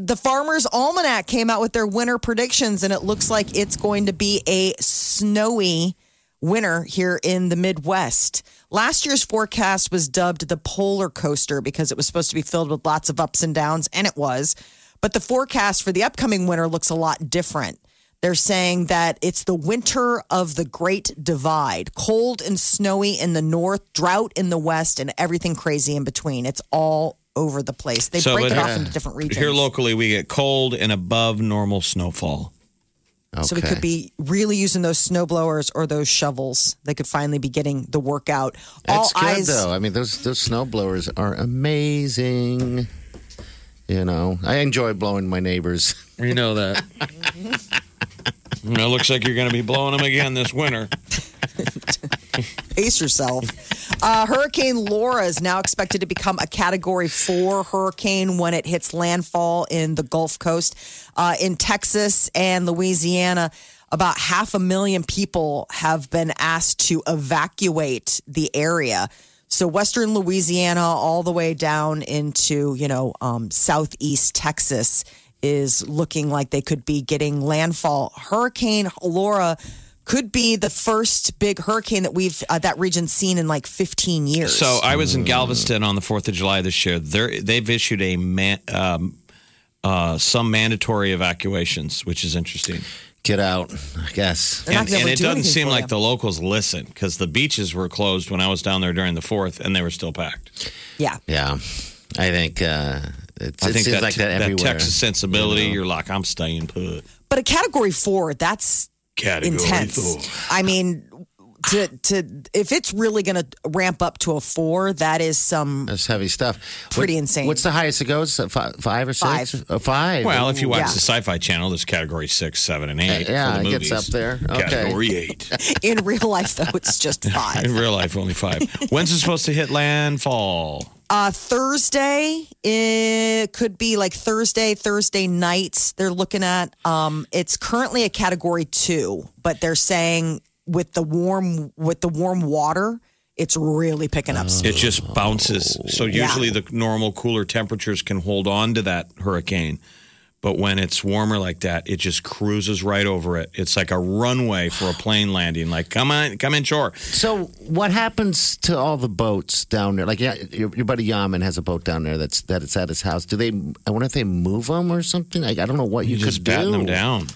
[SPEAKER 4] the Farmer's Almanac came out with their winter predictions, and it looks like it's going to be a snowy winter here in the Midwest. Last year's forecast was dubbed the polar coaster because it was supposed to be filled with lots of ups and downs, and it was. But the forecast for the upcoming winter looks a lot different. They're saying that it's the winter of the Great Divide cold and snowy in the north, drought in the west, and everything crazy in between. It's all over the place. They
[SPEAKER 6] So
[SPEAKER 4] break
[SPEAKER 6] it-
[SPEAKER 4] it off into different regions.
[SPEAKER 6] Here locally, we get cold and above normal snowfall.
[SPEAKER 4] So we could
[SPEAKER 5] Okay.
[SPEAKER 4] be really using those snow blowers or those shovels. They could finally be getting the work out.
[SPEAKER 5] It's
[SPEAKER 4] All
[SPEAKER 5] good
[SPEAKER 4] eyes.
[SPEAKER 5] though. I mean, those those snow blowers are amazing. You know, I enjoy blowing my neighbors.
[SPEAKER 6] You know that. it looks like you're going to be blowing them again this winter.
[SPEAKER 4] Pace yourself. Uh, hurricane Laura is now expected to become a Category Four hurricane when it hits landfall in the Gulf Coast, uh, in Texas and Louisiana. About half a million people have been asked to evacuate the area. So Western Louisiana, all the way down into you know um, Southeast Texas, is looking like they could be getting landfall. Hurricane Laura could be the first big hurricane that we've uh, that region's seen in like 15 years.
[SPEAKER 6] So I was in Galveston on the Fourth of July this year. They're, they've issued a man, um, uh, some mandatory evacuations, which is interesting.
[SPEAKER 5] Get out, I guess.
[SPEAKER 4] They're not
[SPEAKER 6] and,
[SPEAKER 4] gonna
[SPEAKER 6] and
[SPEAKER 4] ever
[SPEAKER 6] it
[SPEAKER 4] do
[SPEAKER 6] doesn't
[SPEAKER 4] anything
[SPEAKER 6] seem
[SPEAKER 4] for
[SPEAKER 6] like
[SPEAKER 4] you.
[SPEAKER 6] the locals listen because the beaches were closed when I was down there during the fourth, and they were still packed.
[SPEAKER 4] yeah,
[SPEAKER 5] Yeah, I think uh, it's,
[SPEAKER 6] I
[SPEAKER 5] it
[SPEAKER 6] think
[SPEAKER 5] seems
[SPEAKER 6] that,
[SPEAKER 5] like that everywhere.
[SPEAKER 6] Texas sensibility. You're like, I'm staying put.
[SPEAKER 4] but a Category Four, that's
[SPEAKER 6] Category
[SPEAKER 4] intense.
[SPEAKER 6] four.
[SPEAKER 4] I mean, to to if it's really going to ramp up to a four, that is some.
[SPEAKER 5] That's heavy stuff.
[SPEAKER 4] Pretty insane.
[SPEAKER 5] What's the highest it goes? Uh, fi- Five or six?
[SPEAKER 4] Five.
[SPEAKER 5] Uh, five.
[SPEAKER 6] Well, if you watch
[SPEAKER 4] Yeah.
[SPEAKER 6] the Sci-Fi Channel, there's Category Six, Seven, and Eight.
[SPEAKER 5] Uh, yeah,
[SPEAKER 6] for the
[SPEAKER 5] it gets
[SPEAKER 6] movies.
[SPEAKER 5] up there. Okay.
[SPEAKER 6] Category Eight.
[SPEAKER 4] In real life, though, it's just five.
[SPEAKER 6] In real life, only five. When's it supposed to hit landfall?
[SPEAKER 4] Uh, Thursday, it could be like Thursday, Thursday nights. They're looking at. Um, it's currently a category two, but they're saying with the warm with the warm water, it's really picking up.
[SPEAKER 5] Oh.
[SPEAKER 4] speed.
[SPEAKER 6] It just bounces. So usually the normal cooler temperatures can hold on to that hurricane. But when it's warmer like that, it just cruises right over it. It's like a runway for a plane landing. Like, come on, come inshore.
[SPEAKER 5] So, what happens to all the boats down there? Like, yeah, your, your buddy Yaman has a boat down there that's that it's at his house. Do they? I wonder if they move them or something. Like, I don't know what you,
[SPEAKER 6] You're
[SPEAKER 5] could
[SPEAKER 6] just
[SPEAKER 5] do.
[SPEAKER 6] batting them down.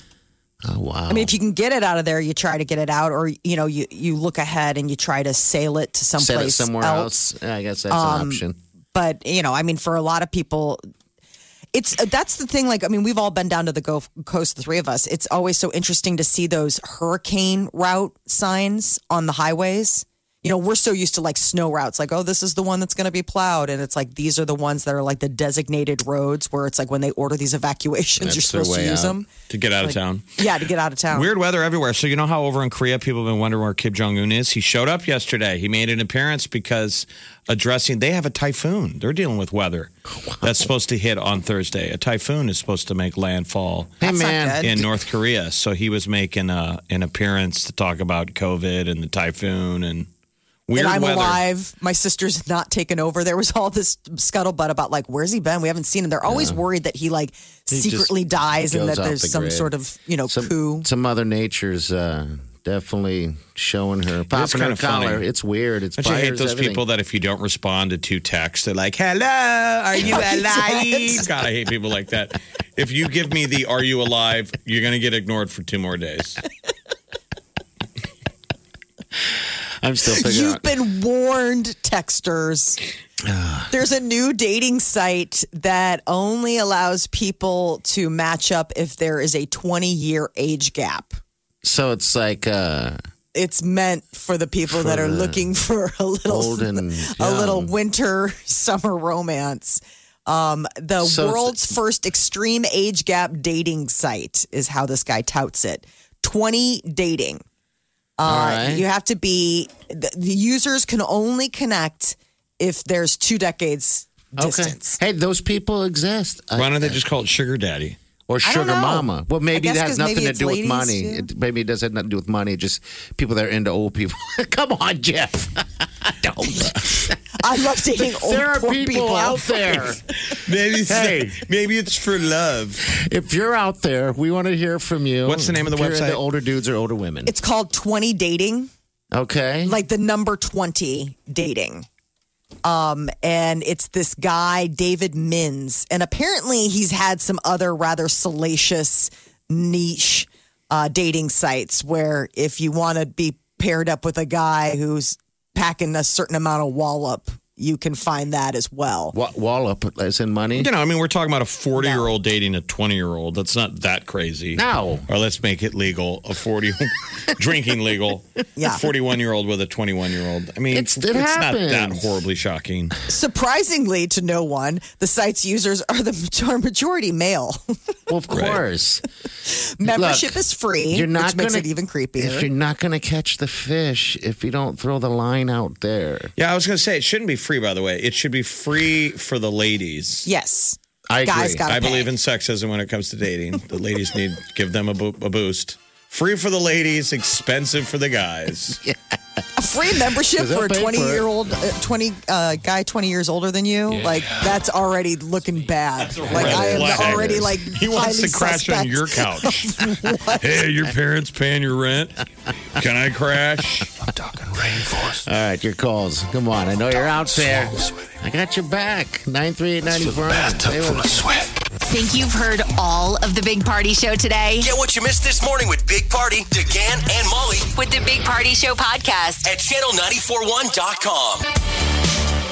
[SPEAKER 5] Oh wow!
[SPEAKER 4] I mean, if you can get it out of there, you try to get it out, or you know, you you look ahead and you try to sail it to
[SPEAKER 5] set it
[SPEAKER 4] someplace Um,
[SPEAKER 5] somewhere else. Yeah, I guess that's an option.
[SPEAKER 4] but you know, I mean, for a lot of people, it's that's the thing. Like, I mean, we've all been down to the Gulf Coast, the three of us. It's always so interesting to see those hurricane route signs on the highways you know, we're so used to like snow routes, like, oh, this is the one that's going to be plowed. And it's like, these are the ones that are like the designated roads where it's like when they order these evacuations,
[SPEAKER 5] That's
[SPEAKER 4] you're
[SPEAKER 5] their
[SPEAKER 4] supposed to
[SPEAKER 5] way
[SPEAKER 4] use
[SPEAKER 5] out.
[SPEAKER 4] them.
[SPEAKER 6] to get out of town.
[SPEAKER 4] Yeah, to get out of town.
[SPEAKER 6] Weird weather everywhere. So you know how over in Korea people have been wondering where Kim Jong Un is. He showed up yesterday. He made an appearance because addressing they have a typhoon. They're dealing with weather that's supposed to hit on Thursday. A typhoon is supposed to make landfall
[SPEAKER 5] Hey,
[SPEAKER 4] That's not
[SPEAKER 5] man.
[SPEAKER 4] good.
[SPEAKER 6] in North Korea. So he was making uh an appearance to talk about COVID and the typhoon and weird
[SPEAKER 4] and I'm
[SPEAKER 6] weather.
[SPEAKER 4] alive. My sister's not taken over. There was all this scuttlebutt about like, where's he been? We haven't seen him. They're always worried that he like
[SPEAKER 5] just
[SPEAKER 4] secretly dies and
[SPEAKER 5] goes
[SPEAKER 4] that
[SPEAKER 5] off
[SPEAKER 4] there's
[SPEAKER 5] the
[SPEAKER 4] some
[SPEAKER 5] grid.
[SPEAKER 4] sort of you know coup.
[SPEAKER 5] Some, some Mother Nature's uh, definitely showing her popping
[SPEAKER 6] kind
[SPEAKER 5] her
[SPEAKER 6] of funny.
[SPEAKER 5] collar. It's weird. It's
[SPEAKER 6] Don't you hate
[SPEAKER 5] fires,
[SPEAKER 6] those
[SPEAKER 5] everything.
[SPEAKER 6] people that if you don't respond to two texts, they're like, "Hello, are you alive?" God, I hate people like that. If you give me the "Are you alive," you're gonna get ignored for two more days.
[SPEAKER 5] I'm still figuring
[SPEAKER 4] You've
[SPEAKER 5] out.
[SPEAKER 4] been warned, texters. There's a new dating site that only allows people to match up if there is a 20 year age gap.
[SPEAKER 5] so it's like uh,
[SPEAKER 4] It's meant for the people that are looking for a little
[SPEAKER 5] old and
[SPEAKER 4] a little
[SPEAKER 5] young.
[SPEAKER 4] winter summer romance. Um, the
[SPEAKER 5] So it's-
[SPEAKER 4] world's first extreme age gap dating site is how this guy touts it. 20 dating.
[SPEAKER 5] All
[SPEAKER 4] Uh,
[SPEAKER 5] right.
[SPEAKER 4] You have to be, the, the users can only connect if there's two decades distance.
[SPEAKER 5] Okay. Hey, those people exist. I-
[SPEAKER 6] Why don't they just call it sugar daddy?
[SPEAKER 5] or
[SPEAKER 4] don't
[SPEAKER 5] sugar
[SPEAKER 4] know.
[SPEAKER 5] mama. Well, maybe
[SPEAKER 4] I
[SPEAKER 5] it
[SPEAKER 4] guess
[SPEAKER 5] has
[SPEAKER 4] 'cause maybe
[SPEAKER 5] nothing to
[SPEAKER 4] it's
[SPEAKER 5] do with
[SPEAKER 4] ladies,
[SPEAKER 5] money.
[SPEAKER 4] yeah.
[SPEAKER 5] It, maybe it does have nothing to do with money. Just people that are into old people. Come on, Jeff. don't.
[SPEAKER 4] I love dating old
[SPEAKER 5] there are
[SPEAKER 4] poor
[SPEAKER 5] people, out there.
[SPEAKER 6] Maybe it's
[SPEAKER 5] Hey.
[SPEAKER 6] maybe it's for love.
[SPEAKER 5] if you're out there, we want to hear from you.
[SPEAKER 6] What's the name of the
[SPEAKER 5] If you're
[SPEAKER 6] website?
[SPEAKER 5] into older dudes or older women.
[SPEAKER 4] It's called 20 dating.
[SPEAKER 5] okay.
[SPEAKER 4] like the number 20 dating. Um, and it's this guy, David Minns. And apparently he's had some other rather salacious niche uh, dating sites where if you want to be paired up with a guy who's packing a certain amount of wallop, you can find that as well.
[SPEAKER 5] Wa- wallop as in money.
[SPEAKER 6] You know, I mean, we're talking about a forty-year-old dating a twenty-year-old. That's not that crazy.
[SPEAKER 5] No.
[SPEAKER 6] Or let's make it legal. A forty drinking legal.
[SPEAKER 4] Yeah.
[SPEAKER 6] A forty-one-year-old with a twenty-one-year-old. I mean,
[SPEAKER 5] It's-
[SPEAKER 6] it's,
[SPEAKER 5] it
[SPEAKER 6] not that
[SPEAKER 5] happens.
[SPEAKER 6] horribly shocking.
[SPEAKER 4] Surprisingly to no one, the site's users are the are majority male.
[SPEAKER 5] Well, of course.
[SPEAKER 4] Membership
[SPEAKER 5] Look,
[SPEAKER 4] is free,
[SPEAKER 5] You're not
[SPEAKER 4] which makes
[SPEAKER 5] gonna,
[SPEAKER 4] it even
[SPEAKER 5] If you're
[SPEAKER 4] creepier.
[SPEAKER 5] not going to catch the fish if you don't throw the line out there.
[SPEAKER 6] Yeah, I was going to say it shouldn't be free. By the way, it should be free for the ladies.
[SPEAKER 4] Yes.
[SPEAKER 5] I
[SPEAKER 4] Guys
[SPEAKER 5] agree.
[SPEAKER 4] gotta
[SPEAKER 6] I
[SPEAKER 4] pay.
[SPEAKER 6] believe in sexism when it comes to dating. The ladies need give them a, bo- a boost. Free for the ladies, expensive for the guys.
[SPEAKER 4] a free membership
[SPEAKER 5] 'Cause they'll
[SPEAKER 4] for a
[SPEAKER 5] pay for
[SPEAKER 4] 20
[SPEAKER 5] it.
[SPEAKER 4] year old uh, 20 uh, guy 20 years older than you like that's already looking bad like
[SPEAKER 6] red
[SPEAKER 4] i am
[SPEAKER 6] flag.
[SPEAKER 4] already like
[SPEAKER 6] He wants
[SPEAKER 4] highly
[SPEAKER 6] to crash
[SPEAKER 4] suspect.
[SPEAKER 6] on your couch. hey, your parents paying your rent? Can I crash?
[SPEAKER 5] All right, your calls. Come on. I know you're out there. I got your back. 938 Stay with us.
[SPEAKER 3] Think you've heard all of the Big Party Show today?
[SPEAKER 2] Get what you missed this morning with Big Party, DeGan, and Molly
[SPEAKER 3] With the Big Party Show podcast,
[SPEAKER 2] at channel941.com.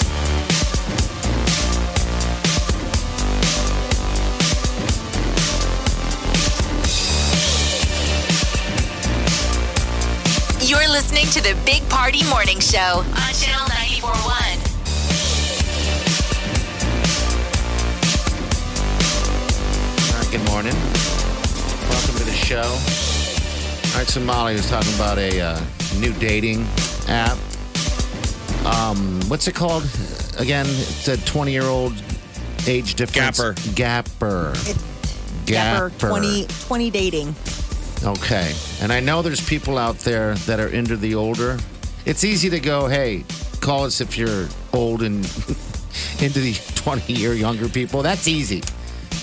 [SPEAKER 3] you're listening to the Big Party Morning Show on Channel 941.
[SPEAKER 5] All right, good morning. Welcome to the show. All right, so Molly was talking about a uh, new dating app. Um, what's it called? Again, it's a 20 year old age difference.
[SPEAKER 6] Gapper.
[SPEAKER 5] Gapper.
[SPEAKER 4] Gapper, 20 20 dating
[SPEAKER 5] Okay. And I know there's people out there that are into the older. It's easy to go, hey, call us if you're old and into the 20 year younger people. That's easy.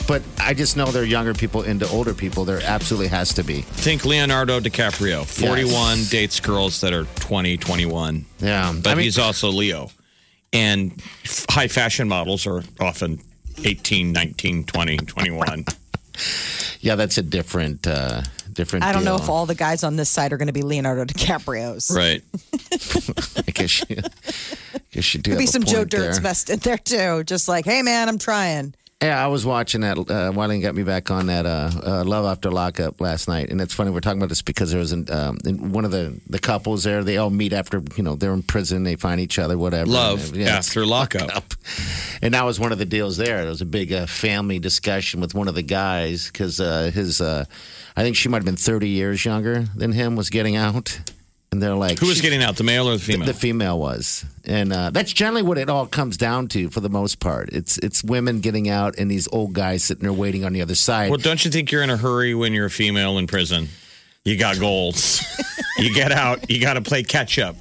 [SPEAKER 5] But I just know there are younger people into older people. There absolutely has to be.
[SPEAKER 6] Think Leonardo DiCaprio, 41,
[SPEAKER 5] Yes.
[SPEAKER 6] dates girls that are 20, 21.
[SPEAKER 5] Yeah.
[SPEAKER 6] But
[SPEAKER 5] I mean,
[SPEAKER 6] he's also Leo. And f- high fashion models are often 18, 19, 20, 21.
[SPEAKER 5] yeah, that's a different, uh, different.
[SPEAKER 4] i don't know
[SPEAKER 5] deal.
[SPEAKER 4] if all the guys on this side are going to be leonardo dicaprio's
[SPEAKER 6] Right.
[SPEAKER 5] I guess you, I guess you do.
[SPEAKER 4] could be
[SPEAKER 5] have a
[SPEAKER 4] some joe
[SPEAKER 5] point there.
[SPEAKER 4] dirt's best in there too just like hey man i'm trying
[SPEAKER 5] Yeah, I was watching that. Uh, Wileen got me back on that uh, uh, Love After Lockup last night, and it's funny we're talking about this because there was an, um, in one of the the couples there. They all meet after you know they're in prison. They find each other, whatever.
[SPEAKER 6] Love
[SPEAKER 5] And, yeah, it's-
[SPEAKER 6] after lockup.
[SPEAKER 5] up. And that was one of the deals there. It was a big uh, family discussion with one of the guys because uh, his, uh, I think she might have been 30 years younger than him, was getting out. And they're like,
[SPEAKER 6] Who was
[SPEAKER 5] she-
[SPEAKER 6] getting out, the male or the
[SPEAKER 5] the,
[SPEAKER 6] female?
[SPEAKER 5] the female was, and uh, that's generally what it all comes down to for the most part. It's it's women getting out and these old guys sitting there waiting on the other side.
[SPEAKER 6] well, don't you think you're in a hurry when you're a female in prison? You got goals. you get out. You got to play catch up.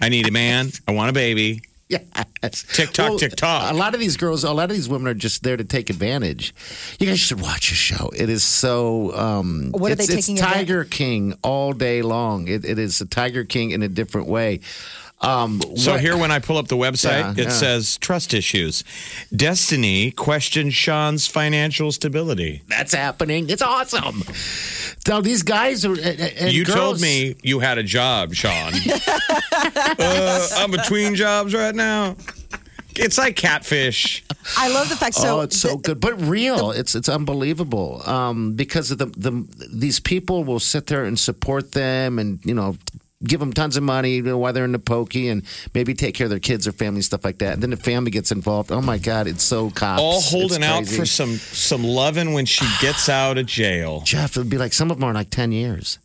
[SPEAKER 6] I need a man. I want a baby.
[SPEAKER 5] Yes.
[SPEAKER 6] Tick-tock, tick-tock.
[SPEAKER 5] A lot of these girls, a lot of these women are just there to take advantage. You guys should watch a show. It is so. Um,
[SPEAKER 4] What are
[SPEAKER 5] it's,
[SPEAKER 4] they
[SPEAKER 5] it's
[SPEAKER 4] taking advan-
[SPEAKER 5] Tiger King all day long. It, it is a Tiger King in a different way. Um,
[SPEAKER 6] So
[SPEAKER 5] what-
[SPEAKER 6] here, when I pull up the website,
[SPEAKER 5] Yeah,
[SPEAKER 6] it
[SPEAKER 5] yeah.
[SPEAKER 6] says trust issues. Destiny questions Sean's financial stability.
[SPEAKER 5] that's happening. It's awesome. So these guys are. And and
[SPEAKER 6] you told
[SPEAKER 5] girls-
[SPEAKER 6] me you had a job, Sean. uh, I'm between jobs right now. It's like catfish.
[SPEAKER 4] I love the fact. So
[SPEAKER 5] oh, it's so good, but real. it's it's unbelievable um, because of the the these people will sit there and support them, and you know. Give them tons of money you know, while they're in the pokey and maybe take care of their kids or family, stuff like that. And then the family gets involved. Oh my God, it's so cops.
[SPEAKER 6] All
[SPEAKER 5] It's
[SPEAKER 6] holding out
[SPEAKER 5] crazy.
[SPEAKER 6] for some some loving when she gets out of jail.
[SPEAKER 5] Jeff, it'd be like some of them are in like 10 years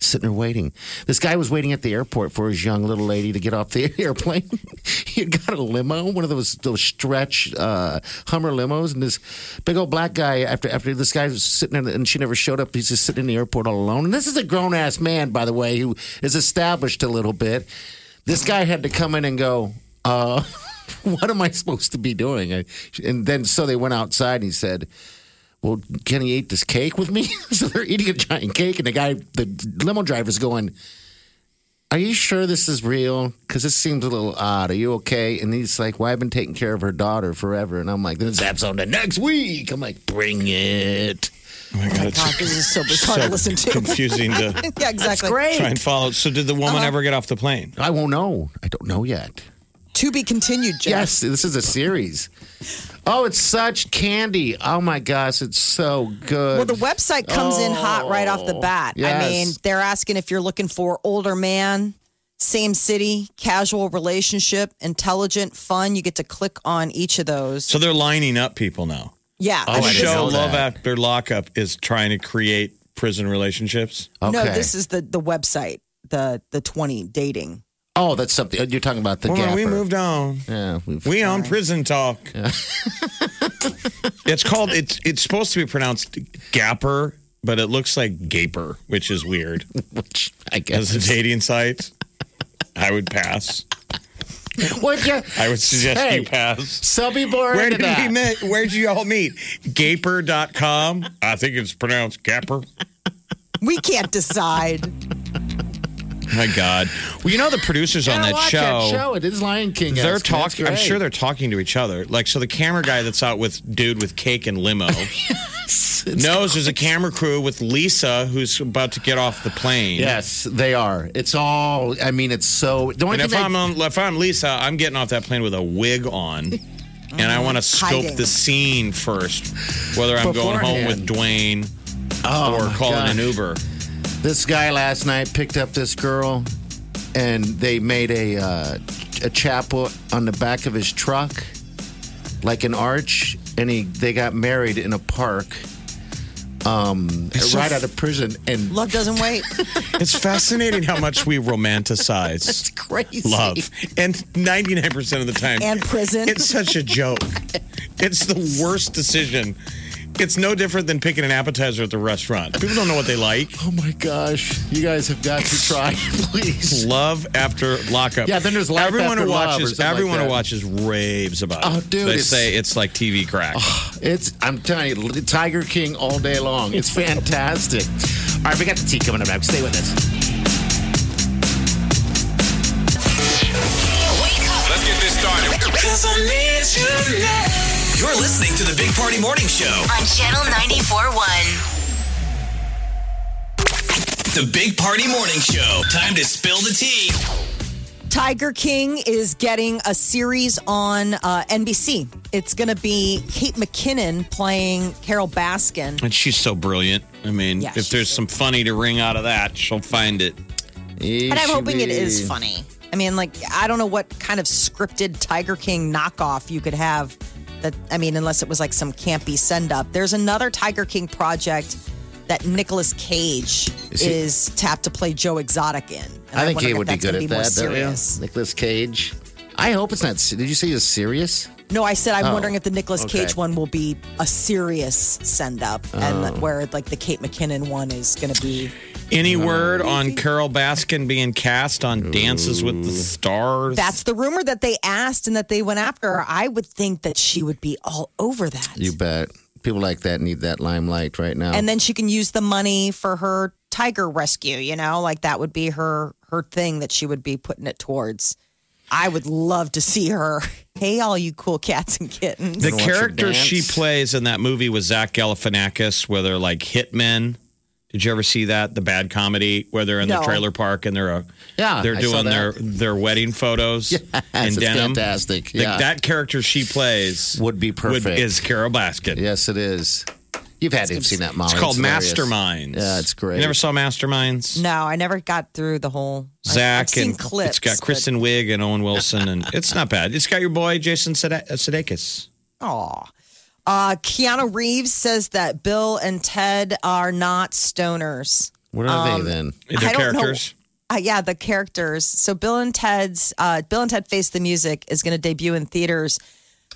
[SPEAKER 5] sitting there waiting. This guy was waiting at the airport for his young little lady to get off the airplane. he had got a limo, one of those those stretch uh, Hummer limos, and this big old black guy, after after this guy was sitting there and she never showed up, he's just sitting in the airport all alone. And this is a grown ass man, by the way, who is established a little bit. This guy had to come in and go, uh, what am I supposed to be doing? I, and then so they went outside and he said, well, can he eat this cake with me? so they're eating a giant cake, and the guy, the limo driver's going, Are you sure this is real? Because this seems a little odd. Are you okay? And he's like, Well, I've been taking care of her daughter forever. And I'm like, This happens on the next week. I'm like, Bring it.
[SPEAKER 6] Oh my god,
[SPEAKER 4] God, this is so bizarre to listen to.
[SPEAKER 6] confusing to
[SPEAKER 4] yeah, exactly.
[SPEAKER 6] try and follow. So did the
[SPEAKER 5] Uh-huh.
[SPEAKER 6] woman ever get off the plane?
[SPEAKER 5] I won't know. I don't know yet.
[SPEAKER 4] To be continued, Jeff.
[SPEAKER 5] Yes, this is a series. Oh, it's such candy. Oh my gosh, it's so good.
[SPEAKER 4] Well, the website comes in hot right off the bat. I
[SPEAKER 5] Yes.
[SPEAKER 4] mean, they're asking if you're looking for older man, same city, casual relationship, intelligent, fun. You get to click on each of those.
[SPEAKER 6] So they're lining up people now.
[SPEAKER 4] yeah.
[SPEAKER 5] Oh,
[SPEAKER 6] The
[SPEAKER 5] I didn't
[SPEAKER 6] show
[SPEAKER 5] know that.
[SPEAKER 6] Love After Lockup is trying to create prison relationships.
[SPEAKER 5] okay.
[SPEAKER 4] No, this is the the website, the the 20 dating.
[SPEAKER 5] oh, that's something. You're talking about the
[SPEAKER 6] Woman,
[SPEAKER 5] gap.
[SPEAKER 6] we moved on.
[SPEAKER 5] Yeah, we've-
[SPEAKER 6] We own prison talk. it's called it's it's supposed to be pronounced gapper, but it looks like gaper, which is weird.
[SPEAKER 5] which I guess
[SPEAKER 6] As a dating site, I would pass.
[SPEAKER 5] What you,
[SPEAKER 6] I would suggest
[SPEAKER 5] Hey,
[SPEAKER 6] you pass.
[SPEAKER 5] Some people are
[SPEAKER 6] Where
[SPEAKER 5] into
[SPEAKER 6] did we
[SPEAKER 5] that.
[SPEAKER 6] meet? Where'd you all meet? Gaper.com. I think it's pronounced gapper.
[SPEAKER 4] We can't decide.
[SPEAKER 6] My God. Well, you know the producers on
[SPEAKER 5] Gotta
[SPEAKER 6] that
[SPEAKER 5] watch
[SPEAKER 6] show.
[SPEAKER 5] that show. It is Lion King.
[SPEAKER 6] They're talking. I'm sure they're talking to each other. Like, so the camera guy that's out with dude with cake and limo knows there's a camera crew with Lisa who's about to get off the plane.
[SPEAKER 5] Yes, they are. It's all. I mean, it's so. The only
[SPEAKER 6] And if
[SPEAKER 5] thing they-
[SPEAKER 6] I'm on, if I'm Lisa, I'm getting off that plane with a wig on, and I want to scope
[SPEAKER 4] hiding.
[SPEAKER 6] the scene first, whether I'm going home with Dwayne
[SPEAKER 5] Oh,
[SPEAKER 6] or
[SPEAKER 5] my
[SPEAKER 6] calling
[SPEAKER 5] gosh.
[SPEAKER 6] an Uber.
[SPEAKER 5] This guy last night picked up this girl, and they made a uh, a chapel on the back of his truck, like an arch, and he they got married in a park. Um, right out of prison, and
[SPEAKER 4] Love doesn't wait.
[SPEAKER 6] It's fascinating how much we romanticize
[SPEAKER 5] crazy.
[SPEAKER 6] love, and 99% of the time,
[SPEAKER 4] And prison.
[SPEAKER 6] It's such a joke. It's the worst decision. It's no different than picking an appetizer at the restaurant. People don't know what they like.
[SPEAKER 5] Oh my gosh, you guys have got to try, please.
[SPEAKER 6] Love after lockup.
[SPEAKER 5] Yeah, then there's life
[SPEAKER 6] everyone
[SPEAKER 5] after
[SPEAKER 6] who
[SPEAKER 5] love or
[SPEAKER 6] watches.
[SPEAKER 5] something like
[SPEAKER 6] everyone who
[SPEAKER 5] that.
[SPEAKER 6] watches raves about
[SPEAKER 5] Oh,
[SPEAKER 6] it.
[SPEAKER 5] dude,
[SPEAKER 6] they
[SPEAKER 5] it's-
[SPEAKER 6] say it's like TV crack.
[SPEAKER 5] It's I'm telling you, Tiger King all day long. It's fantastic. All right, we got the tea coming up. Stay with us.
[SPEAKER 3] Wake up.
[SPEAKER 8] Let's get this started.
[SPEAKER 2] You're listening to the Big Party Morning Show.
[SPEAKER 3] on Channel 94.1.
[SPEAKER 2] The Big Party Morning Show. Time to spill the tea.
[SPEAKER 4] Tiger King is getting a series on uh, NBC. It's going to be Kate McKinnon playing Carol Baskin.
[SPEAKER 6] And she's so brilliant. I mean,
[SPEAKER 4] Yeah,
[SPEAKER 6] if
[SPEAKER 4] she's
[SPEAKER 6] there's some funny to wring out of that, she'll find it.
[SPEAKER 4] And I'm hoping it is funny. I mean, like, I don't know what kind of scripted Tiger King knockoff you could have that, I mean, unless it was like some campy send up. There's another Tiger King project that Nicolas Cage
[SPEAKER 5] Is
[SPEAKER 4] is,
[SPEAKER 5] he-
[SPEAKER 4] tapped to play Joe Exotic in. And
[SPEAKER 5] I think
[SPEAKER 4] wonder
[SPEAKER 5] he
[SPEAKER 4] if
[SPEAKER 5] would be
[SPEAKER 4] that's
[SPEAKER 5] good
[SPEAKER 4] gonna
[SPEAKER 5] at
[SPEAKER 4] more
[SPEAKER 5] that. don't you?
[SPEAKER 4] serious.
[SPEAKER 5] Nicolas Cage. I hope it's not. se- Did you say he's serious?
[SPEAKER 4] No, I said I'm
[SPEAKER 5] Oh,
[SPEAKER 4] wondering if the Nicolas
[SPEAKER 5] okay.
[SPEAKER 4] Cage one will be a serious send up
[SPEAKER 5] Oh.
[SPEAKER 4] and where like the Kate McKinnon one is going to be.
[SPEAKER 6] Any word on Carol Baskin being cast on Dances with the Stars?
[SPEAKER 4] That's the rumor that they asked and that they went after. her. I would think that she would be all over that.
[SPEAKER 5] You bet. People like that need that limelight right
[SPEAKER 6] Oh.
[SPEAKER 5] now.
[SPEAKER 4] and then she can use the money for her tiger rescue, you know? Like that would be her her thing that she would be putting it towards. I would love to see her. Hey all you cool cats and kittens.
[SPEAKER 6] the
[SPEAKER 5] Gonna watch her
[SPEAKER 6] character she
[SPEAKER 5] dance.
[SPEAKER 6] plays in that movie was Zach Galifianakis, where they're like hitmen. Did you ever see that? The bad comedy where they're in
[SPEAKER 4] No.
[SPEAKER 6] the trailer park and they're a,
[SPEAKER 5] Yeah,
[SPEAKER 6] they're
[SPEAKER 5] I saw
[SPEAKER 6] doing their
[SPEAKER 5] that.
[SPEAKER 6] their wedding photos in
[SPEAKER 5] it's
[SPEAKER 6] denim. Like,
[SPEAKER 5] fantastic. Yeah.
[SPEAKER 6] that character she plays
[SPEAKER 5] Would be perfect.
[SPEAKER 6] is Carol Baskin.
[SPEAKER 5] yes, it is. You've had to have seen that. Molly.
[SPEAKER 6] It's called
[SPEAKER 5] Oh, hilarious.
[SPEAKER 6] Masterminds.
[SPEAKER 5] Yeah, it's great.
[SPEAKER 6] You never saw Masterminds?
[SPEAKER 4] no, I never got through the whole I-
[SPEAKER 6] Zach
[SPEAKER 4] I've seen
[SPEAKER 6] and
[SPEAKER 4] clips,
[SPEAKER 6] it's got
[SPEAKER 4] but-
[SPEAKER 6] Kristen Wiig and Owen Wilson, and it's not bad. It's got your boy Jason Sude- Sudeikis.
[SPEAKER 4] Aw. Uh, Keanu Reeves says that Bill and Ted are not stoners.
[SPEAKER 5] What are
[SPEAKER 4] Um,
[SPEAKER 5] they then?
[SPEAKER 6] Their
[SPEAKER 4] I don't know.
[SPEAKER 6] characters.
[SPEAKER 4] Uh, yeah, the characters. So Bill and Ted's uh, Bill and Ted Face the Music is going to debut in theaters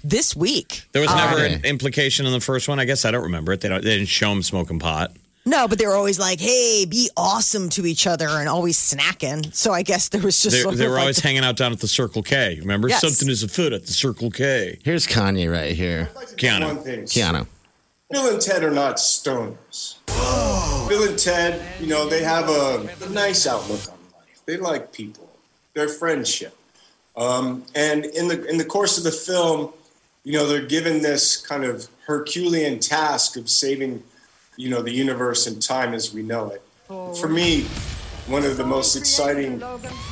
[SPEAKER 4] this week.
[SPEAKER 6] There was never an
[SPEAKER 5] Okay.
[SPEAKER 6] implication in the first one. I guess I don't remember it. They, don't, they didn't show him smoking pot.
[SPEAKER 4] No, but they were always like, "Hey, be awesome to each other," and always snacking. So I guess there was just
[SPEAKER 6] They,
[SPEAKER 4] sort
[SPEAKER 6] they
[SPEAKER 4] of
[SPEAKER 6] were
[SPEAKER 4] like
[SPEAKER 6] always hanging out down at the Circle K. Remember,
[SPEAKER 4] Yes.
[SPEAKER 6] something is afoot at the Circle K.
[SPEAKER 5] Here's Kanye right here.
[SPEAKER 6] Keanu.
[SPEAKER 8] One thing.
[SPEAKER 5] Keanu.
[SPEAKER 8] Bill and Ted are not stoners. Bill and Ted, you know, they have a, a nice outlook on life. They like people, their friendship. Um, and in the in the course of the film, you know, they're given this kind of Herculean task of saving, you know, the universe and time as we know it. For me, one of the most exciting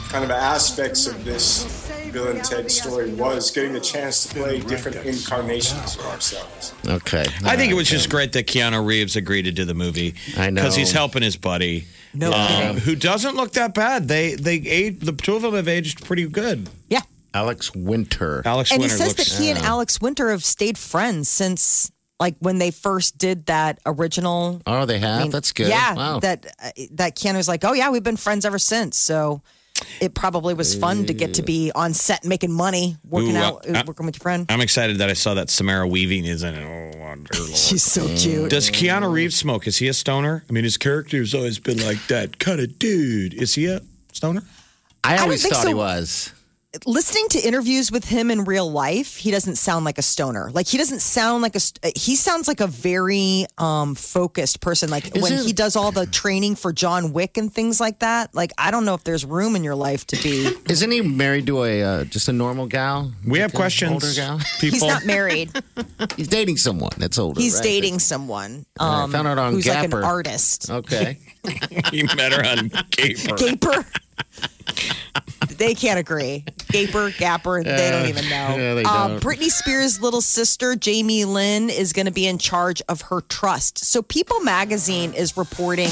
[SPEAKER 8] kind of aspects of this Bill and Ted story was getting the chance to play different incarnations of ourselves.
[SPEAKER 5] Okay.
[SPEAKER 6] I think it was just great that Keanu Reeves agreed to do the movie.
[SPEAKER 5] I know.
[SPEAKER 6] because he's helping his buddy,
[SPEAKER 4] No
[SPEAKER 6] um, who doesn't look that bad. They they age, the two of them have aged pretty good.
[SPEAKER 4] yeah.
[SPEAKER 5] Alex Winter.
[SPEAKER 6] Alex
[SPEAKER 4] And he
[SPEAKER 6] Winter
[SPEAKER 4] says
[SPEAKER 6] looks.
[SPEAKER 4] that he and Alex Winter have stayed friends since like when they first did that original.
[SPEAKER 5] Oh, they have.
[SPEAKER 4] I mean,
[SPEAKER 5] That's good.
[SPEAKER 4] Yeah,
[SPEAKER 5] Wow.
[SPEAKER 4] that uh, that Keanu's like, oh yeah, we've been friends ever since. So it probably was fun to get to be on set making money, working
[SPEAKER 6] Ooh,
[SPEAKER 4] out,
[SPEAKER 6] uh, uh,
[SPEAKER 4] working with your friend.
[SPEAKER 6] I'm excited that I saw that Samara Weaving is in it. Oh, wonder Lord.
[SPEAKER 4] She's so
[SPEAKER 6] Mm.
[SPEAKER 4] cute.
[SPEAKER 6] Does Keanu Reeves smoke? Is he a stoner? I mean, his character's always been like that kind of dude. Is he a stoner?
[SPEAKER 5] I
[SPEAKER 4] don't
[SPEAKER 5] always
[SPEAKER 4] think
[SPEAKER 5] thought he
[SPEAKER 4] so.
[SPEAKER 5] was.
[SPEAKER 4] listening to interviews with him in real life, he doesn't sound like a stoner. Like he doesn't sound like a st- he sounds like a very um focused person. Like when
[SPEAKER 5] it-
[SPEAKER 4] he does all the training for John Wick and things like that. Like I don't know if there's room in your life to be.
[SPEAKER 5] Isn't he married to a uh, just a normal gal?
[SPEAKER 6] We have
[SPEAKER 5] Like an
[SPEAKER 6] questions.
[SPEAKER 5] Older gal.
[SPEAKER 4] He's
[SPEAKER 6] People,
[SPEAKER 4] not married.
[SPEAKER 5] He's dating someone that's older.
[SPEAKER 4] He's
[SPEAKER 5] right?
[SPEAKER 4] dating someone.
[SPEAKER 5] I
[SPEAKER 4] Um,
[SPEAKER 5] found out on
[SPEAKER 4] who's like an
[SPEAKER 5] Gapper.
[SPEAKER 4] artist.
[SPEAKER 5] Okay.
[SPEAKER 6] he met her on Gaper.
[SPEAKER 4] Gaper. they can't agree. Gaper, Gapper, they don't even know. Uh,
[SPEAKER 5] yeah, they don't.
[SPEAKER 4] Britney Spears' little sister, Jamie Lynn, is going to be in charge of her trust. So, People magazine is reporting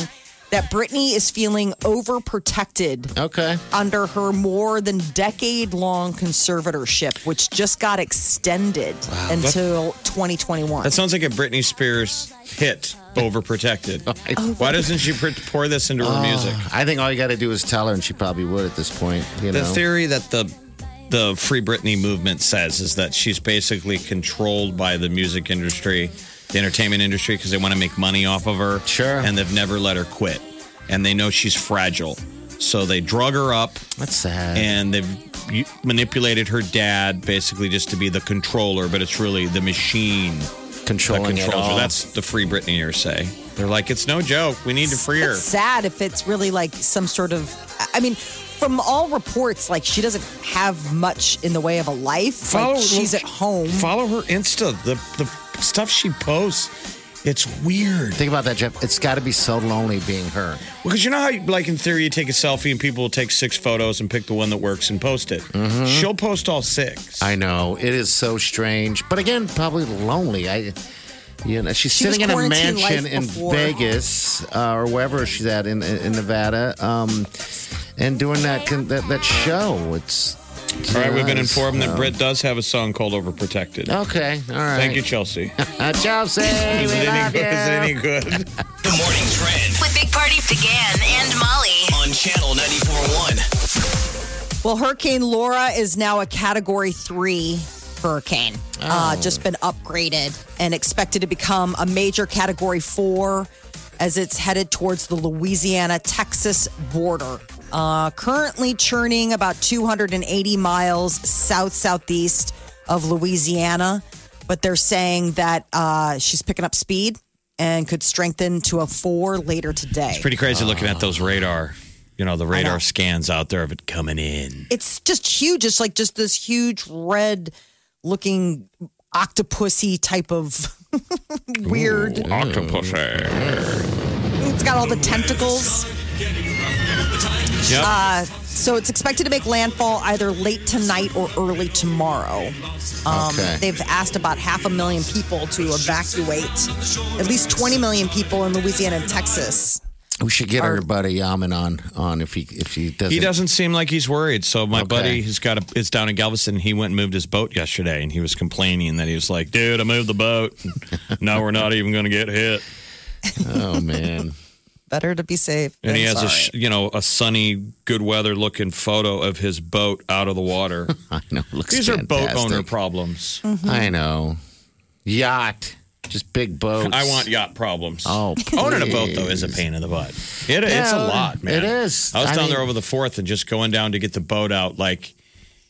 [SPEAKER 4] that Britney is feeling overprotected
[SPEAKER 5] Okay.
[SPEAKER 4] under her more than decade long conservatorship, which just got extended until 2021.
[SPEAKER 6] That sounds like a Britney Spears hit, Overprotected. Why doesn't she pr- pour this into her music?
[SPEAKER 5] I think all you got to do is tell her, and she probably would at this point. You know.
[SPEAKER 6] The theory that the the Free Britney movement says is that she's basically controlled by the music industry, the entertainment industry, because they want to make money off of her.
[SPEAKER 5] Sure.
[SPEAKER 6] And they've never let her quit. And they know she's fragile. So they drug her up
[SPEAKER 5] That's sad.
[SPEAKER 6] and they've u- manipulated her dad basically just to be the controller, but it's really the machine that
[SPEAKER 5] Controlling it
[SPEAKER 6] controls her.
[SPEAKER 5] all.
[SPEAKER 6] That's the Free Britneyers say. They're like, it's no joke. We need to free her.
[SPEAKER 4] It's sad if it's really like some sort of. I mean, from all reports, like she doesn't have much in the way of a life.
[SPEAKER 6] Follow-
[SPEAKER 4] like she's at home.
[SPEAKER 6] Follow her Insta. The the stuff she posts It's weird.
[SPEAKER 5] Think about that, Jeff. It's got to be so lonely being her.
[SPEAKER 6] Because you know how, like in theory, you take a selfie and people will take six photos and pick the one that works and post it. She'll post all six.
[SPEAKER 5] Mm-hmm. I know it is so strange, but again, probably lonely. I, you know, she's
[SPEAKER 4] She was
[SPEAKER 5] sitting in a
[SPEAKER 4] quarantined
[SPEAKER 5] mansion
[SPEAKER 4] life
[SPEAKER 5] in
[SPEAKER 4] before.
[SPEAKER 5] Vegas uh, or wherever she's at in in Nevada, um, and doing that con- that that show. It's
[SPEAKER 6] all right, we've been
[SPEAKER 5] Yes,
[SPEAKER 6] informed that
[SPEAKER 5] no.
[SPEAKER 6] Britt does have a song called "Overprotected."
[SPEAKER 5] Okay, all right.
[SPEAKER 6] Thank you, Chelsea.
[SPEAKER 5] uh, Chelsea.
[SPEAKER 6] Is
[SPEAKER 5] we
[SPEAKER 6] it any
[SPEAKER 5] love
[SPEAKER 6] good? Is it
[SPEAKER 5] you.
[SPEAKER 6] any good?
[SPEAKER 2] The morning trend
[SPEAKER 3] With Big Party began and Molly.
[SPEAKER 2] on channel 94.1.
[SPEAKER 4] Well, Hurricane Laura is now a Category 3 hurricane. Uh, just been upgraded and expected to become a major Category 4 as it's headed towards the Louisiana Texas border. Uh, currently churning about 280 miles south southeast of Louisiana, but they're saying that uh, she's picking up speed and could strengthen to a four later today.
[SPEAKER 6] Pretty crazy looking at those radar. You know the radar scans out there of it coming in.
[SPEAKER 4] it's just huge. It's like just this huge red looking octopusy type of weird.
[SPEAKER 6] Octopus.
[SPEAKER 4] It's got all the tentacles. Uh,
[SPEAKER 6] Yep.
[SPEAKER 4] So it's expected to make landfall either late tonight or early tomorrow. Um,
[SPEAKER 5] Okay.
[SPEAKER 4] They've asked about half a million people to evacuate, at least 20 million people in Louisiana and Texas.
[SPEAKER 5] We should get our buddy Yaman on on if he if he doesn't.
[SPEAKER 6] He doesn't seem like he's worried. So my
[SPEAKER 5] Okay.
[SPEAKER 6] buddy, he's got a, is down in Galveston. He went and moved his boat yesterday, and he was complaining that he was like, "Dude, I moved the boat. no, we're not even going to get hit."
[SPEAKER 5] Oh man.
[SPEAKER 4] Better to be safe.
[SPEAKER 6] And
[SPEAKER 4] than
[SPEAKER 6] he has a
[SPEAKER 4] sorry.
[SPEAKER 6] sh- you know a sunny, good weather looking photo of his boat out of the water.
[SPEAKER 5] I know. it Looks
[SPEAKER 6] These are boat
[SPEAKER 5] fantastic.
[SPEAKER 6] owner Mm-hmm. problems.
[SPEAKER 5] I know. Yacht, just big boats.
[SPEAKER 6] I want yacht problems.
[SPEAKER 5] Oh,
[SPEAKER 6] Owning a boat though is
[SPEAKER 5] please.
[SPEAKER 6] a pain in the butt. It, it's a
[SPEAKER 5] Yeah,
[SPEAKER 6] lot, man.
[SPEAKER 5] it is.
[SPEAKER 6] I was
[SPEAKER 5] I
[SPEAKER 6] down
[SPEAKER 5] mean-
[SPEAKER 6] there over the fourth and just going down to get the boat out. Like,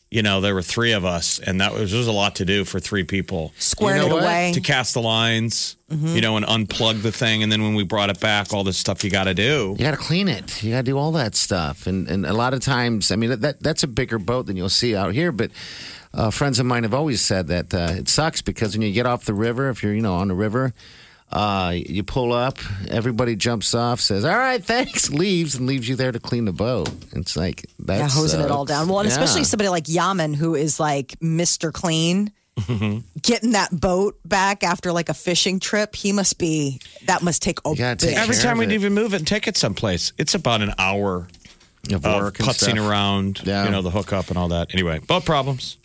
[SPEAKER 6] you know, there were three of us, and that was there was a lot to do for three people.
[SPEAKER 4] Squared
[SPEAKER 5] You know
[SPEAKER 4] it
[SPEAKER 5] what?
[SPEAKER 4] away.
[SPEAKER 6] to cast the lines,
[SPEAKER 5] Mm-hmm.
[SPEAKER 6] you know, and unplug the thing. And then when we brought it back, all this stuff you got to do.
[SPEAKER 5] You got to clean it. You got to do all that stuff. And and a lot of times, I mean, that that's a bigger boat than you'll see out here. But uh, friends of mine have always said that uh, it sucks because when you get off the river, if you're you know on the river, uh, you pull up, everybody jumps off, says, "All right, thanks," leaves, and leaves you there to clean the boat. It's like that's
[SPEAKER 4] yeah, hosing it all down. Well, and especially somebody like Yaman, who is like Mr. Clean, getting that boat back after like a fishing trip, he must be, that must take a
[SPEAKER 5] gotta
[SPEAKER 4] bit.
[SPEAKER 5] take
[SPEAKER 6] Every
[SPEAKER 5] Sure
[SPEAKER 6] time
[SPEAKER 5] of
[SPEAKER 6] we'd
[SPEAKER 5] it.
[SPEAKER 6] even move it and take it someplace, it's about an hour of putzing around,
[SPEAKER 5] Yeah.
[SPEAKER 6] you know, the hookup and all that. Anyway, boat problems.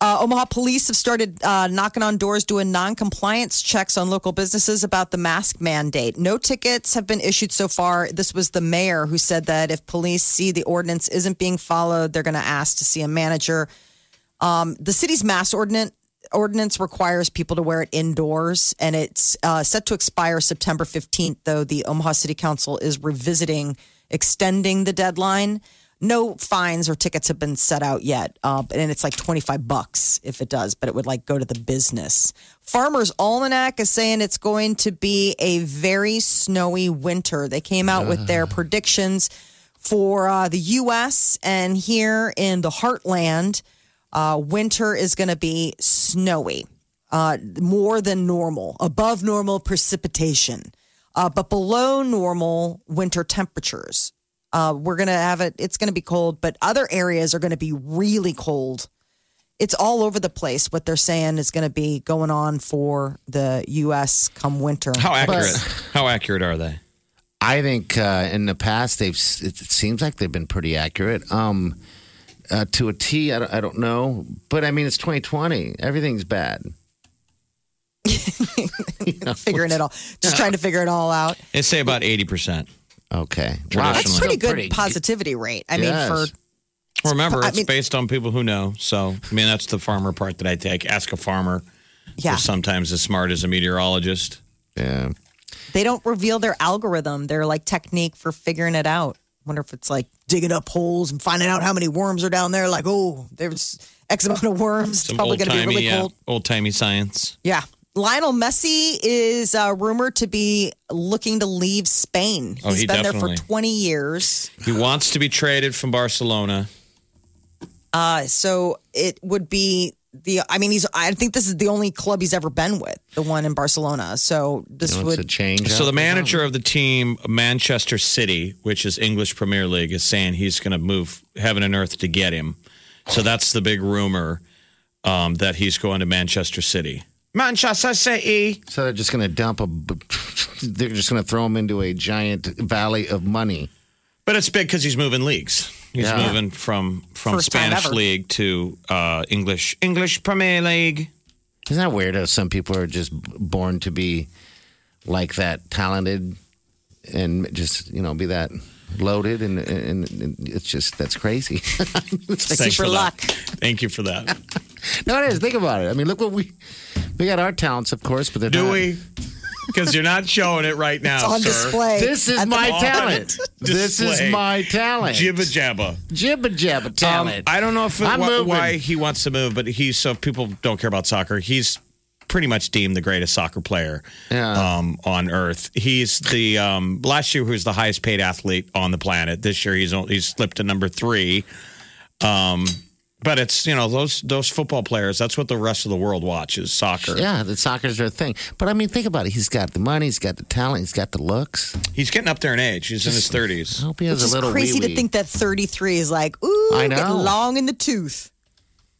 [SPEAKER 4] Uh, Omaha police have started uh, knocking on doors, doing non compliance checks on local businesses about the mask mandate. No tickets have been issued so far. This was the mayor who said that if police see the ordinance isn't being followed, they're going to ask to see a manager. Um, the city's mask ordinance. Ordinance requires people to wear it indoors, and it's uh, set to expire September 15th. Though the Omaha City Council is revisiting extending the deadline. No fines or tickets have been set out yet, uh, and it's like 25 bucks if it does, but it would like go to the business. Farmers Almanac is saying it's going to be a very snowy winter. They came out with their predictions for uh, the U.S. and here in the heartland. Uh, winter is going to be snowy, uh, more than normal, above normal precipitation, uh, but below normal winter temperatures. Uh, we're going to have it, it's going to be cold, but other areas are going to be really cold. It's all over the place what they're saying is going to be going on for the U.S. come winter.
[SPEAKER 6] How accurate? How accurate are they?
[SPEAKER 5] I think uh, in the past they've it seems like they've been pretty accurate. Um, uh, to a T, I don't, I don't know, but I mean it's 2020. Everything's bad.
[SPEAKER 4] figuring it all, just trying to figure it all out.
[SPEAKER 6] They say about 80%.
[SPEAKER 5] Okay,
[SPEAKER 4] That's
[SPEAKER 6] That's
[SPEAKER 4] pretty good
[SPEAKER 5] Pretty
[SPEAKER 4] positivity rate. I
[SPEAKER 5] Yes.
[SPEAKER 4] mean, for
[SPEAKER 6] Remember,
[SPEAKER 4] I
[SPEAKER 6] it's
[SPEAKER 4] mean-
[SPEAKER 6] based on people who know. So, I mean, that's the farmer part that I take. Ask a farmer
[SPEAKER 4] yeah,
[SPEAKER 6] who's sometimes as smart as a meteorologist.
[SPEAKER 5] Yeah.
[SPEAKER 4] They don't reveal their algorithm, their like technique for figuring it out. Wonder if it's like digging up holes and finding out how many worms are down there. Like, oh, there's X amount of worms. It's
[SPEAKER 6] Some
[SPEAKER 4] probably
[SPEAKER 6] old
[SPEAKER 4] going to be
[SPEAKER 6] timey,
[SPEAKER 4] really cold.
[SPEAKER 6] old timey uh, science.
[SPEAKER 4] Yeah. Lionel Messi is uh, rumored to be looking to leave Spain.
[SPEAKER 6] Oh,
[SPEAKER 4] He's
[SPEAKER 6] he
[SPEAKER 4] been there
[SPEAKER 6] definitely-
[SPEAKER 4] for 20 years.
[SPEAKER 6] He wants to be traded from Barcelona.
[SPEAKER 4] Uh, so it would be the I mean he's I think this is the only club he's ever been with, the one in Barcelona. So this
[SPEAKER 5] You know, it's a
[SPEAKER 4] would
[SPEAKER 5] change.
[SPEAKER 6] So
[SPEAKER 5] up
[SPEAKER 6] the
[SPEAKER 5] or
[SPEAKER 6] manager of the team, Manchester City, which is English Premier League, is saying he's going to move heaven and earth to get him. So that's the big rumor um, that he's going to Manchester City. Manchester City.
[SPEAKER 5] down? So they're just going to dump a. They're just going to throw him into a giant valley of money.
[SPEAKER 6] But it's big because he's moving leagues. He's
[SPEAKER 5] Yeah.
[SPEAKER 6] moving from from
[SPEAKER 4] First time
[SPEAKER 6] Spanish
[SPEAKER 4] ever.
[SPEAKER 6] league to uh, English English Premier League.
[SPEAKER 5] Isn't that weird? How some people are just born to be like that, talented, and just you know be that loaded, and and, and it's just that's crazy. It's like-
[SPEAKER 6] Thanks
[SPEAKER 4] super
[SPEAKER 6] for that.
[SPEAKER 4] luck.
[SPEAKER 6] Thank you for that.
[SPEAKER 5] no, it is. Think about it. I mean, look what we we got our talents, of course, but they're
[SPEAKER 6] Do
[SPEAKER 5] not-
[SPEAKER 6] we? Because you're not showing it right now,
[SPEAKER 4] on
[SPEAKER 6] sir.
[SPEAKER 4] display.
[SPEAKER 5] This is
[SPEAKER 4] at the
[SPEAKER 5] my
[SPEAKER 6] On
[SPEAKER 5] talent. This
[SPEAKER 6] display.
[SPEAKER 5] is my talent.
[SPEAKER 6] Jibba jabba.
[SPEAKER 5] Jibba jabba
[SPEAKER 6] Um,
[SPEAKER 5] talent.
[SPEAKER 6] I don't know if
[SPEAKER 5] I'm
[SPEAKER 6] wh-
[SPEAKER 5] moving.
[SPEAKER 6] why he wants to move, but he's so if people don't care about soccer. He's pretty much deemed the greatest soccer player
[SPEAKER 5] Yeah.
[SPEAKER 6] um, on earth. He's the um, last year he was the highest paid athlete on the planet. This year he's on- he's slipped to number three. Um, but it's you know those those football players. That's what the rest of the world watches soccer.
[SPEAKER 5] yeah, the soccer's their thing. But I mean, think about it. He's got the money. He's got the talent. He's got the looks.
[SPEAKER 6] He's getting up there in age. He's in his
[SPEAKER 5] I
[SPEAKER 6] thirties.
[SPEAKER 5] hope he has
[SPEAKER 4] It's
[SPEAKER 5] a
[SPEAKER 4] just
[SPEAKER 5] little
[SPEAKER 4] crazy
[SPEAKER 5] wee-wee.
[SPEAKER 4] to think that 33 is like, ooh,
[SPEAKER 5] I
[SPEAKER 4] getting
[SPEAKER 5] know.
[SPEAKER 4] long in the tooth.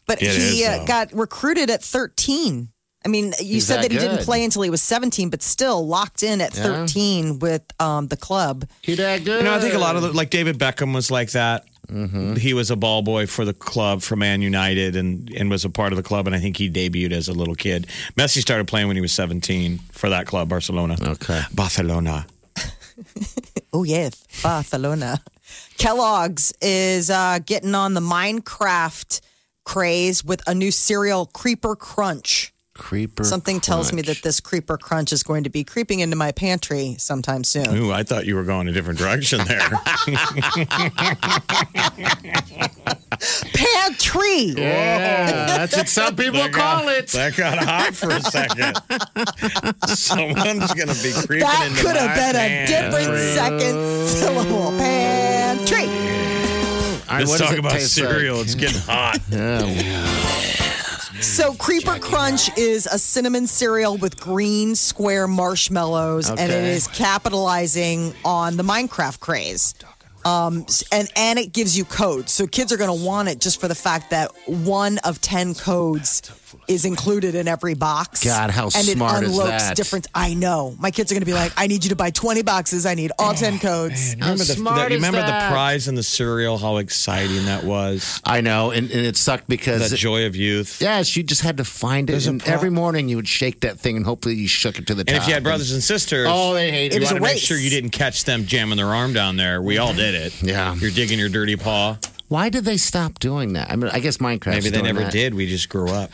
[SPEAKER 4] But
[SPEAKER 6] It
[SPEAKER 4] he
[SPEAKER 6] is,
[SPEAKER 4] uh,
[SPEAKER 6] though.
[SPEAKER 4] got recruited at 13. I mean, you
[SPEAKER 5] He's
[SPEAKER 4] said that,
[SPEAKER 5] that
[SPEAKER 4] he didn't
[SPEAKER 5] good.
[SPEAKER 4] play until he was 17, but still locked in at 13 with um, the club.
[SPEAKER 5] He that
[SPEAKER 6] You
[SPEAKER 5] good.
[SPEAKER 6] know, I think a lot of the, like David Beckham was like that.
[SPEAKER 5] Mm-hmm.
[SPEAKER 6] He was a ball boy for the club for Man United and and was a part of the club. And I think he debuted as a little kid. Messi started playing when he was 17 for that club, Barcelona.
[SPEAKER 5] Okay.
[SPEAKER 6] Barcelona.
[SPEAKER 4] Oh, yes, Barcelona. Kellogg's is uh, getting on the Minecraft craze with a new cereal, Creeper Crunch.
[SPEAKER 5] creeper.
[SPEAKER 4] Something tells me that
[SPEAKER 5] crunch.
[SPEAKER 4] this Creeper Crunch is going to be creeping into my pantry sometime soon.
[SPEAKER 6] Ooh, I thought you were going a different direction there.
[SPEAKER 4] Pantry!
[SPEAKER 5] Yeah, Uh, that's what some people call it.
[SPEAKER 6] that got hot for a second. Someone's going to be creeping
[SPEAKER 4] That
[SPEAKER 6] into
[SPEAKER 4] could
[SPEAKER 6] my
[SPEAKER 4] have been a
[SPEAKER 6] pants.
[SPEAKER 4] different second syllable. Pantry.
[SPEAKER 5] All right,
[SPEAKER 6] Let's
[SPEAKER 5] what does
[SPEAKER 6] talk
[SPEAKER 5] it
[SPEAKER 6] about
[SPEAKER 5] taste
[SPEAKER 6] cereal.
[SPEAKER 5] Like?
[SPEAKER 6] It's getting hot.
[SPEAKER 4] So Creeper Crunch is a cinnamon cereal with green square marshmallows, and it
[SPEAKER 5] Okay.
[SPEAKER 4] is capitalizing on the Minecraft craze. Um, s- and and it gives you codes, so kids are going to want it just for the fact that one of ten codes is included in every box.
[SPEAKER 5] God, how
[SPEAKER 4] and
[SPEAKER 5] smart
[SPEAKER 4] it
[SPEAKER 5] is
[SPEAKER 4] unlocks
[SPEAKER 5] that?
[SPEAKER 4] different. I know my kids are going to be like, I need you to buy twenty boxes. I need all ten codes.
[SPEAKER 5] How
[SPEAKER 6] Remember the,
[SPEAKER 5] smart
[SPEAKER 6] that- you
[SPEAKER 5] is
[SPEAKER 6] remember
[SPEAKER 5] that?
[SPEAKER 6] the prize in the cereal, how exciting that was?
[SPEAKER 5] I know, and, and it sucked because
[SPEAKER 6] The joy of youth.
[SPEAKER 5] yes, you just had to find it.
[SPEAKER 6] There's a
[SPEAKER 5] And
[SPEAKER 6] pro-
[SPEAKER 5] every morning you would shake that thing, and hopefully you shook it to the top.
[SPEAKER 6] And if you had brothers and sisters,
[SPEAKER 5] oh, they hate
[SPEAKER 6] you
[SPEAKER 5] it.
[SPEAKER 4] was
[SPEAKER 6] want
[SPEAKER 4] a
[SPEAKER 6] to make
[SPEAKER 4] race.
[SPEAKER 6] sure you didn't catch them jamming their arm down there. We all did it.
[SPEAKER 5] Yeah.
[SPEAKER 6] You're digging your dirty paw.
[SPEAKER 5] Why did they stop doing that? I mean, I guess Minecraft.
[SPEAKER 6] Maybe they never did. We just grew up.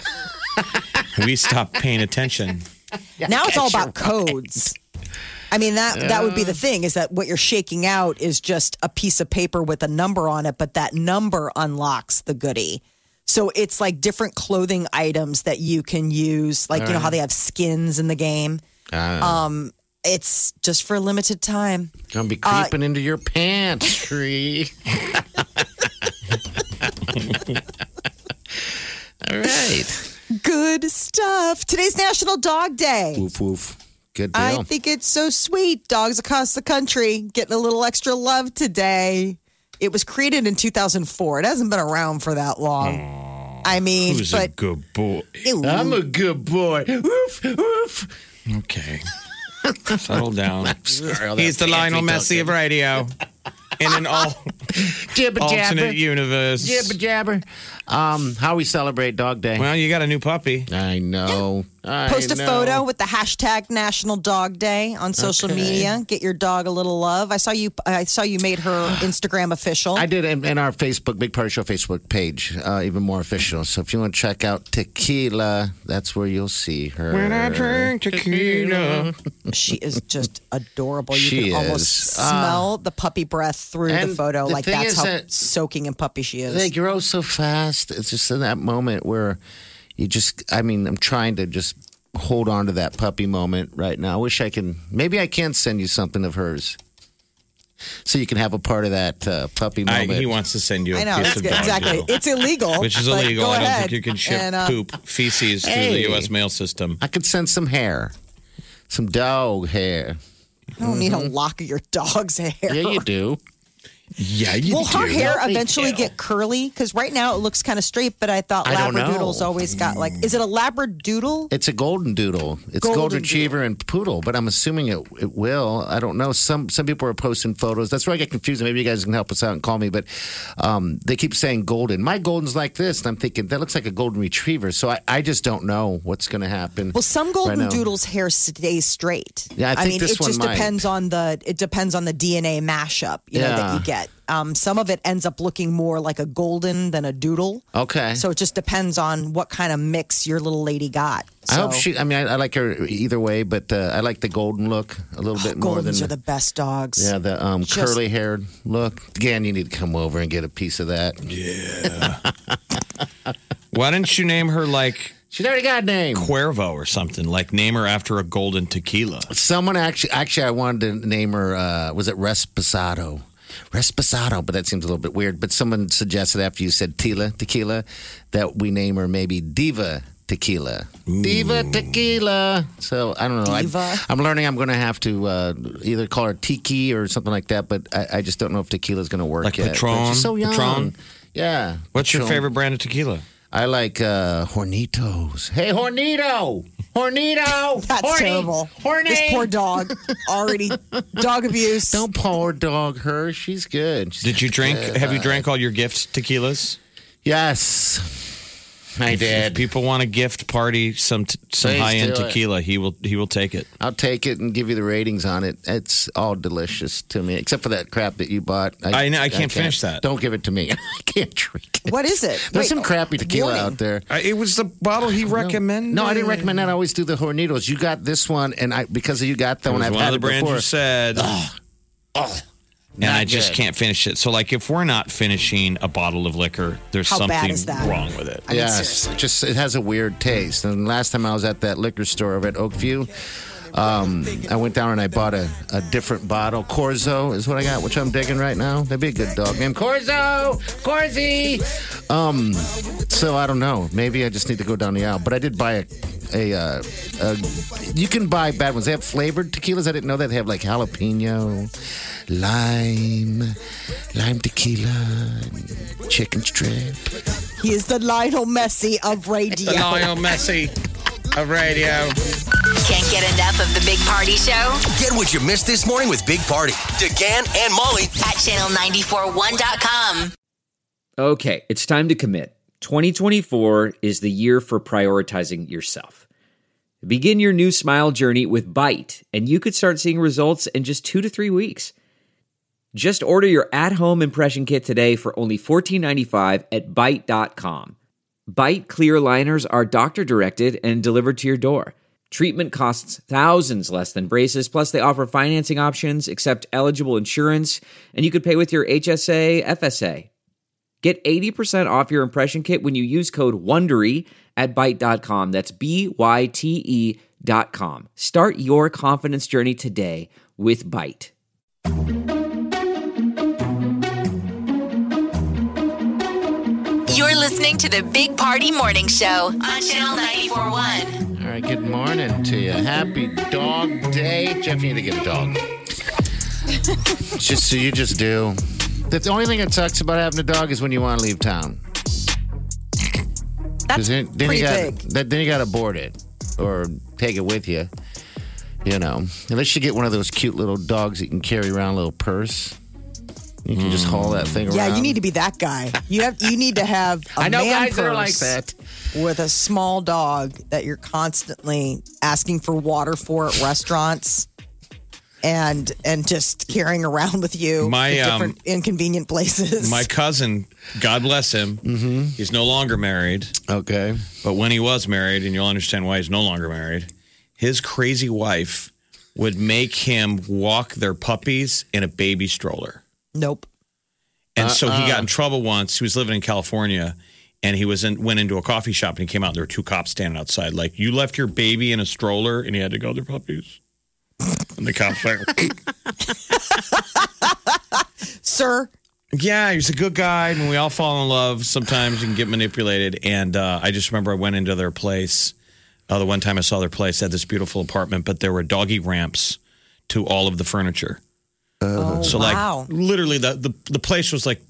[SPEAKER 6] we stopped paying attention.
[SPEAKER 4] now it's all about codes. I mean that that would be the thing is that what you're shaking out is just a piece of paper with a number on it, but that number unlocks the goodie. So it's like different clothing items that you can use, like you know how they have skins in the game. Um, it's just for a limited time.
[SPEAKER 5] Gonna be creeping
[SPEAKER 4] Uh,
[SPEAKER 5] into your pantry. All right.
[SPEAKER 4] Good stuff. Today's National Dog Day.
[SPEAKER 5] Woof woof. Good deal.
[SPEAKER 4] I think it's so sweet. Dogs across the country getting a little extra love today. It was created in 2004. It hasn't been around for that long. I mean,
[SPEAKER 6] Who's a
[SPEAKER 4] but
[SPEAKER 6] good boy?
[SPEAKER 5] I'm a good boy. Woof woof.
[SPEAKER 6] Okay. Settle down.
[SPEAKER 5] Sorry, all that
[SPEAKER 6] He's the Lionel
[SPEAKER 5] fancy
[SPEAKER 6] Messi of radio. In an all,
[SPEAKER 5] talking. Jibba
[SPEAKER 6] alternate
[SPEAKER 5] jabber.
[SPEAKER 6] universe.
[SPEAKER 5] Jibba jabber. Um, how we celebrate Dog Day?
[SPEAKER 6] Well, you got a new puppy.
[SPEAKER 5] I know. I
[SPEAKER 4] post a
[SPEAKER 5] know.
[SPEAKER 4] photo with the hashtag National Dog Day on social
[SPEAKER 5] Okay.
[SPEAKER 4] media. Get your dog a little love. I saw you. I saw you made her Instagram official.
[SPEAKER 5] I did in, in our Facebook, Big Party Show Facebook page, uh, even more official. So if you want to check out Tequila, that's where you'll see her.
[SPEAKER 6] tequila.
[SPEAKER 4] she is just adorable. You
[SPEAKER 5] She
[SPEAKER 4] can almost
[SPEAKER 5] is. Ah.
[SPEAKER 4] smell the puppy breath through the
[SPEAKER 5] and
[SPEAKER 4] photo.
[SPEAKER 5] the
[SPEAKER 4] like
[SPEAKER 5] thing
[SPEAKER 4] that's
[SPEAKER 5] is
[SPEAKER 4] how
[SPEAKER 5] that-
[SPEAKER 4] soaking in puppy she is.
[SPEAKER 5] They grow so fast. It's just in that moment where you just, I mean, I'm trying to just hold on to that puppy moment right now. I wish I can, maybe I can send you something of hers. so you can have a part of that uh, puppy
[SPEAKER 6] I,
[SPEAKER 5] moment.
[SPEAKER 6] he wants to send you a
[SPEAKER 4] I know
[SPEAKER 6] piece
[SPEAKER 4] it's
[SPEAKER 6] of
[SPEAKER 4] good.
[SPEAKER 6] dog
[SPEAKER 4] exactly.
[SPEAKER 6] doodle,
[SPEAKER 4] It's illegal,
[SPEAKER 6] which is
[SPEAKER 4] but
[SPEAKER 6] illegal.
[SPEAKER 4] Go
[SPEAKER 6] I don't
[SPEAKER 4] ahead.
[SPEAKER 6] think you can ship
[SPEAKER 4] And, uh,
[SPEAKER 6] poop feces through the
[SPEAKER 5] Hey.
[SPEAKER 6] U.S. mail system.
[SPEAKER 5] I could send some hair, some dog hair.
[SPEAKER 4] I don't need a lock of your dog's hair.
[SPEAKER 5] Mm-hmm. Yeah, you do.
[SPEAKER 6] Yeah, you
[SPEAKER 4] Will her hair
[SPEAKER 5] Don't they
[SPEAKER 4] eventually
[SPEAKER 5] do?
[SPEAKER 4] get curly? Because right now it looks kind of straight, but I thought
[SPEAKER 5] I don't
[SPEAKER 4] labradoodles
[SPEAKER 5] know.
[SPEAKER 4] always got like. Is it a labradoodle?
[SPEAKER 5] It's a golden doodle. It's golden,
[SPEAKER 4] Golden
[SPEAKER 5] retriever and poodle, but I'm assuming it it will. I don't know. Some some people are posting photos. That's where I get confused. Maybe you guys can help us out and call me. But um, they keep saying golden. My golden's like this, and I'm thinking that looks like a golden retriever. So I, I just don't know what's going to happen.
[SPEAKER 4] Well, some golden
[SPEAKER 5] now.
[SPEAKER 4] doodles hair stays straight.
[SPEAKER 5] Yeah, I think
[SPEAKER 4] mean,
[SPEAKER 5] this
[SPEAKER 4] it
[SPEAKER 5] one
[SPEAKER 4] just
[SPEAKER 5] might.
[SPEAKER 4] depends on the it depends on the DNA mashup you know that
[SPEAKER 5] Yeah.
[SPEAKER 4] you get. Um, some of it ends up looking more like a golden than a doodle.
[SPEAKER 5] okay.
[SPEAKER 4] So it just depends on what kind of mix your little lady got.
[SPEAKER 5] I hope
[SPEAKER 4] So,
[SPEAKER 5] she. I mean, I, I like her either way, but uh, I like the golden look a little bit more than
[SPEAKER 4] Oh, Goldens are the best dogs.
[SPEAKER 5] yeah the um,
[SPEAKER 4] Just-
[SPEAKER 5] curly haired look. Again, you need to come over and get a piece of that.
[SPEAKER 6] Why didn't you name her like
[SPEAKER 5] She's already got a name.
[SPEAKER 6] Cuervo or something? Like name her after a golden tequila.
[SPEAKER 5] Someone actually, actually, I wanted to name her. Uh, was it Resposado? Resposado, but that seems a little bit weird. But someone suggested after you said Tila Tequila that we name her maybe Diva Tequila. Diva Tequila. So I don't know.
[SPEAKER 4] Diva.
[SPEAKER 5] I, am learning. I'm going to have to uh, either call her Tiki or something like that. But I, I just don't know if Tequila is going to work.
[SPEAKER 6] Like
[SPEAKER 5] yet. But
[SPEAKER 6] Patron?
[SPEAKER 5] She's so young.
[SPEAKER 6] Patron?
[SPEAKER 5] Yeah.
[SPEAKER 6] What's your
[SPEAKER 5] Patron.
[SPEAKER 6] favorite brand of tequila?
[SPEAKER 5] I like uh, Hornitos. Hey, Hornito! Hornito!
[SPEAKER 4] That's
[SPEAKER 5] Horny!
[SPEAKER 4] terrible.
[SPEAKER 5] Horny!
[SPEAKER 4] This poor dog already dog abuse.
[SPEAKER 5] Don't poor dog her. She's good. She's
[SPEAKER 6] Did you drink?
[SPEAKER 5] good.
[SPEAKER 6] Have you drank all your gift tequilas?
[SPEAKER 5] Yes.
[SPEAKER 6] If-
[SPEAKER 5] I
[SPEAKER 6] If
[SPEAKER 5] did.
[SPEAKER 6] people want to gift party some t- some
[SPEAKER 5] Please
[SPEAKER 6] high end
[SPEAKER 5] do it.
[SPEAKER 6] tequila, he will he will take it.
[SPEAKER 5] I'll take it and give you the ratings on it. It's all delicious to me, except for that crap that you bought.
[SPEAKER 6] I know, I can't finish that.
[SPEAKER 5] Don't give it to me. I can't drink it.
[SPEAKER 4] What is it?
[SPEAKER 5] There's
[SPEAKER 4] Wait,
[SPEAKER 5] some crappy tequila
[SPEAKER 4] warning.
[SPEAKER 5] out there.
[SPEAKER 6] Uh, it was the bottle he recommended.
[SPEAKER 5] No, I didn't recommend that. I always do the Hornitos. You got this one, and I because you got that
[SPEAKER 6] It
[SPEAKER 5] one,
[SPEAKER 6] was
[SPEAKER 5] I've
[SPEAKER 6] one of
[SPEAKER 5] had
[SPEAKER 6] the
[SPEAKER 5] it
[SPEAKER 6] brands
[SPEAKER 5] before.
[SPEAKER 6] you said, and
[SPEAKER 5] Not
[SPEAKER 6] I just
[SPEAKER 5] good.
[SPEAKER 6] can't finish it. So, like, if we're not finishing a bottle of liquor, there's
[SPEAKER 4] How bad
[SPEAKER 6] something
[SPEAKER 4] is that?
[SPEAKER 6] wrong with it.
[SPEAKER 4] mean,
[SPEAKER 5] yes,
[SPEAKER 4] seriously.
[SPEAKER 5] just it has a weird taste. And last time I was at that liquor store over at Oakview, um, I went down and I bought a, a different bottle. Corzo is what I got, which I'm digging right now. That'd be a good dog name, Corzo, Corzi. Um, so I don't know. Maybe I just need to go down the aisle. But I did buy a. A, uh, a, you can buy bad ones. They have flavored tequilas. I didn't know that they have like jalapeno, lime, lime tequila, and chicken strip.
[SPEAKER 4] He is the Lionel Messi of radio.
[SPEAKER 6] Messi of radio.
[SPEAKER 3] Can't get enough of the Big Party Show
[SPEAKER 2] Get what you missed this morning with Big Party. DeGan and Molly
[SPEAKER 3] at channel941.com.
[SPEAKER 9] Okay, it's time to commit. 2024 is the year for prioritizing yourself. Begin your new smile journey with Bite, and you could start seeing results in just two to three weeks. Just order your at home impression kit today for only $14.95 at Byte.com. Bite clear liners are doctor directed and delivered to your door. Treatment costs thousands less than braces, plus, they offer financing options, accept eligible insurance, and you could pay with your HSA, FSA. Get 80% off your impression kit when you use code WONDERY at Byte.com. That's B-Y-T-E E dot com. Start your confidence journey today with Byte.
[SPEAKER 3] You're listening to the Big Party Morning Show on Channel 941.
[SPEAKER 5] All right, good morning to you. Happy dog day. Jeff, you need to get a dog. just so you just do. The the only thing that sucks about having a dog is when you want to leave town. 'Cause
[SPEAKER 4] That's
[SPEAKER 5] then, then
[SPEAKER 4] pretty
[SPEAKER 5] you gotta,
[SPEAKER 4] big.
[SPEAKER 5] that- then you got to board it or take it with you. You know, unless you get one of those cute little dogs that you can carry around a little purse. You can just haul that thing around.
[SPEAKER 4] Mm. Yeah, you need to be that guy. You have you need to have a
[SPEAKER 5] I know
[SPEAKER 4] man
[SPEAKER 5] guys that are like
[SPEAKER 4] purse
[SPEAKER 5] that.
[SPEAKER 4] with a small dog that you're constantly asking for water for at restaurants and and just carrying around with you
[SPEAKER 6] My,
[SPEAKER 5] um,
[SPEAKER 4] to different inconvenient places.
[SPEAKER 6] My cousin, God bless him, he's no longer married.
[SPEAKER 5] Okay.
[SPEAKER 6] But when he was married, and you'll understand why he's no longer married, his crazy wife would make him walk their puppies in a baby stroller.
[SPEAKER 4] nope.
[SPEAKER 6] And so he got in trouble once. He was living in California and he was in, went into a coffee shop and he came out and there were two cops standing outside. Like, you left your baby in a stroller and he had to go to their puppies. And the cops were like,
[SPEAKER 4] sir.
[SPEAKER 6] Yeah, he's a good guy. When we all fall in love, sometimes you can get manipulated. And uh, I just remember I went into their place. Uh, the one time I saw their place, they had this beautiful apartment, but there were doggy ramps to all of the furniture.
[SPEAKER 5] Uh,
[SPEAKER 4] Oh,
[SPEAKER 6] So,
[SPEAKER 4] wow.
[SPEAKER 6] like, literally, the, the the place was like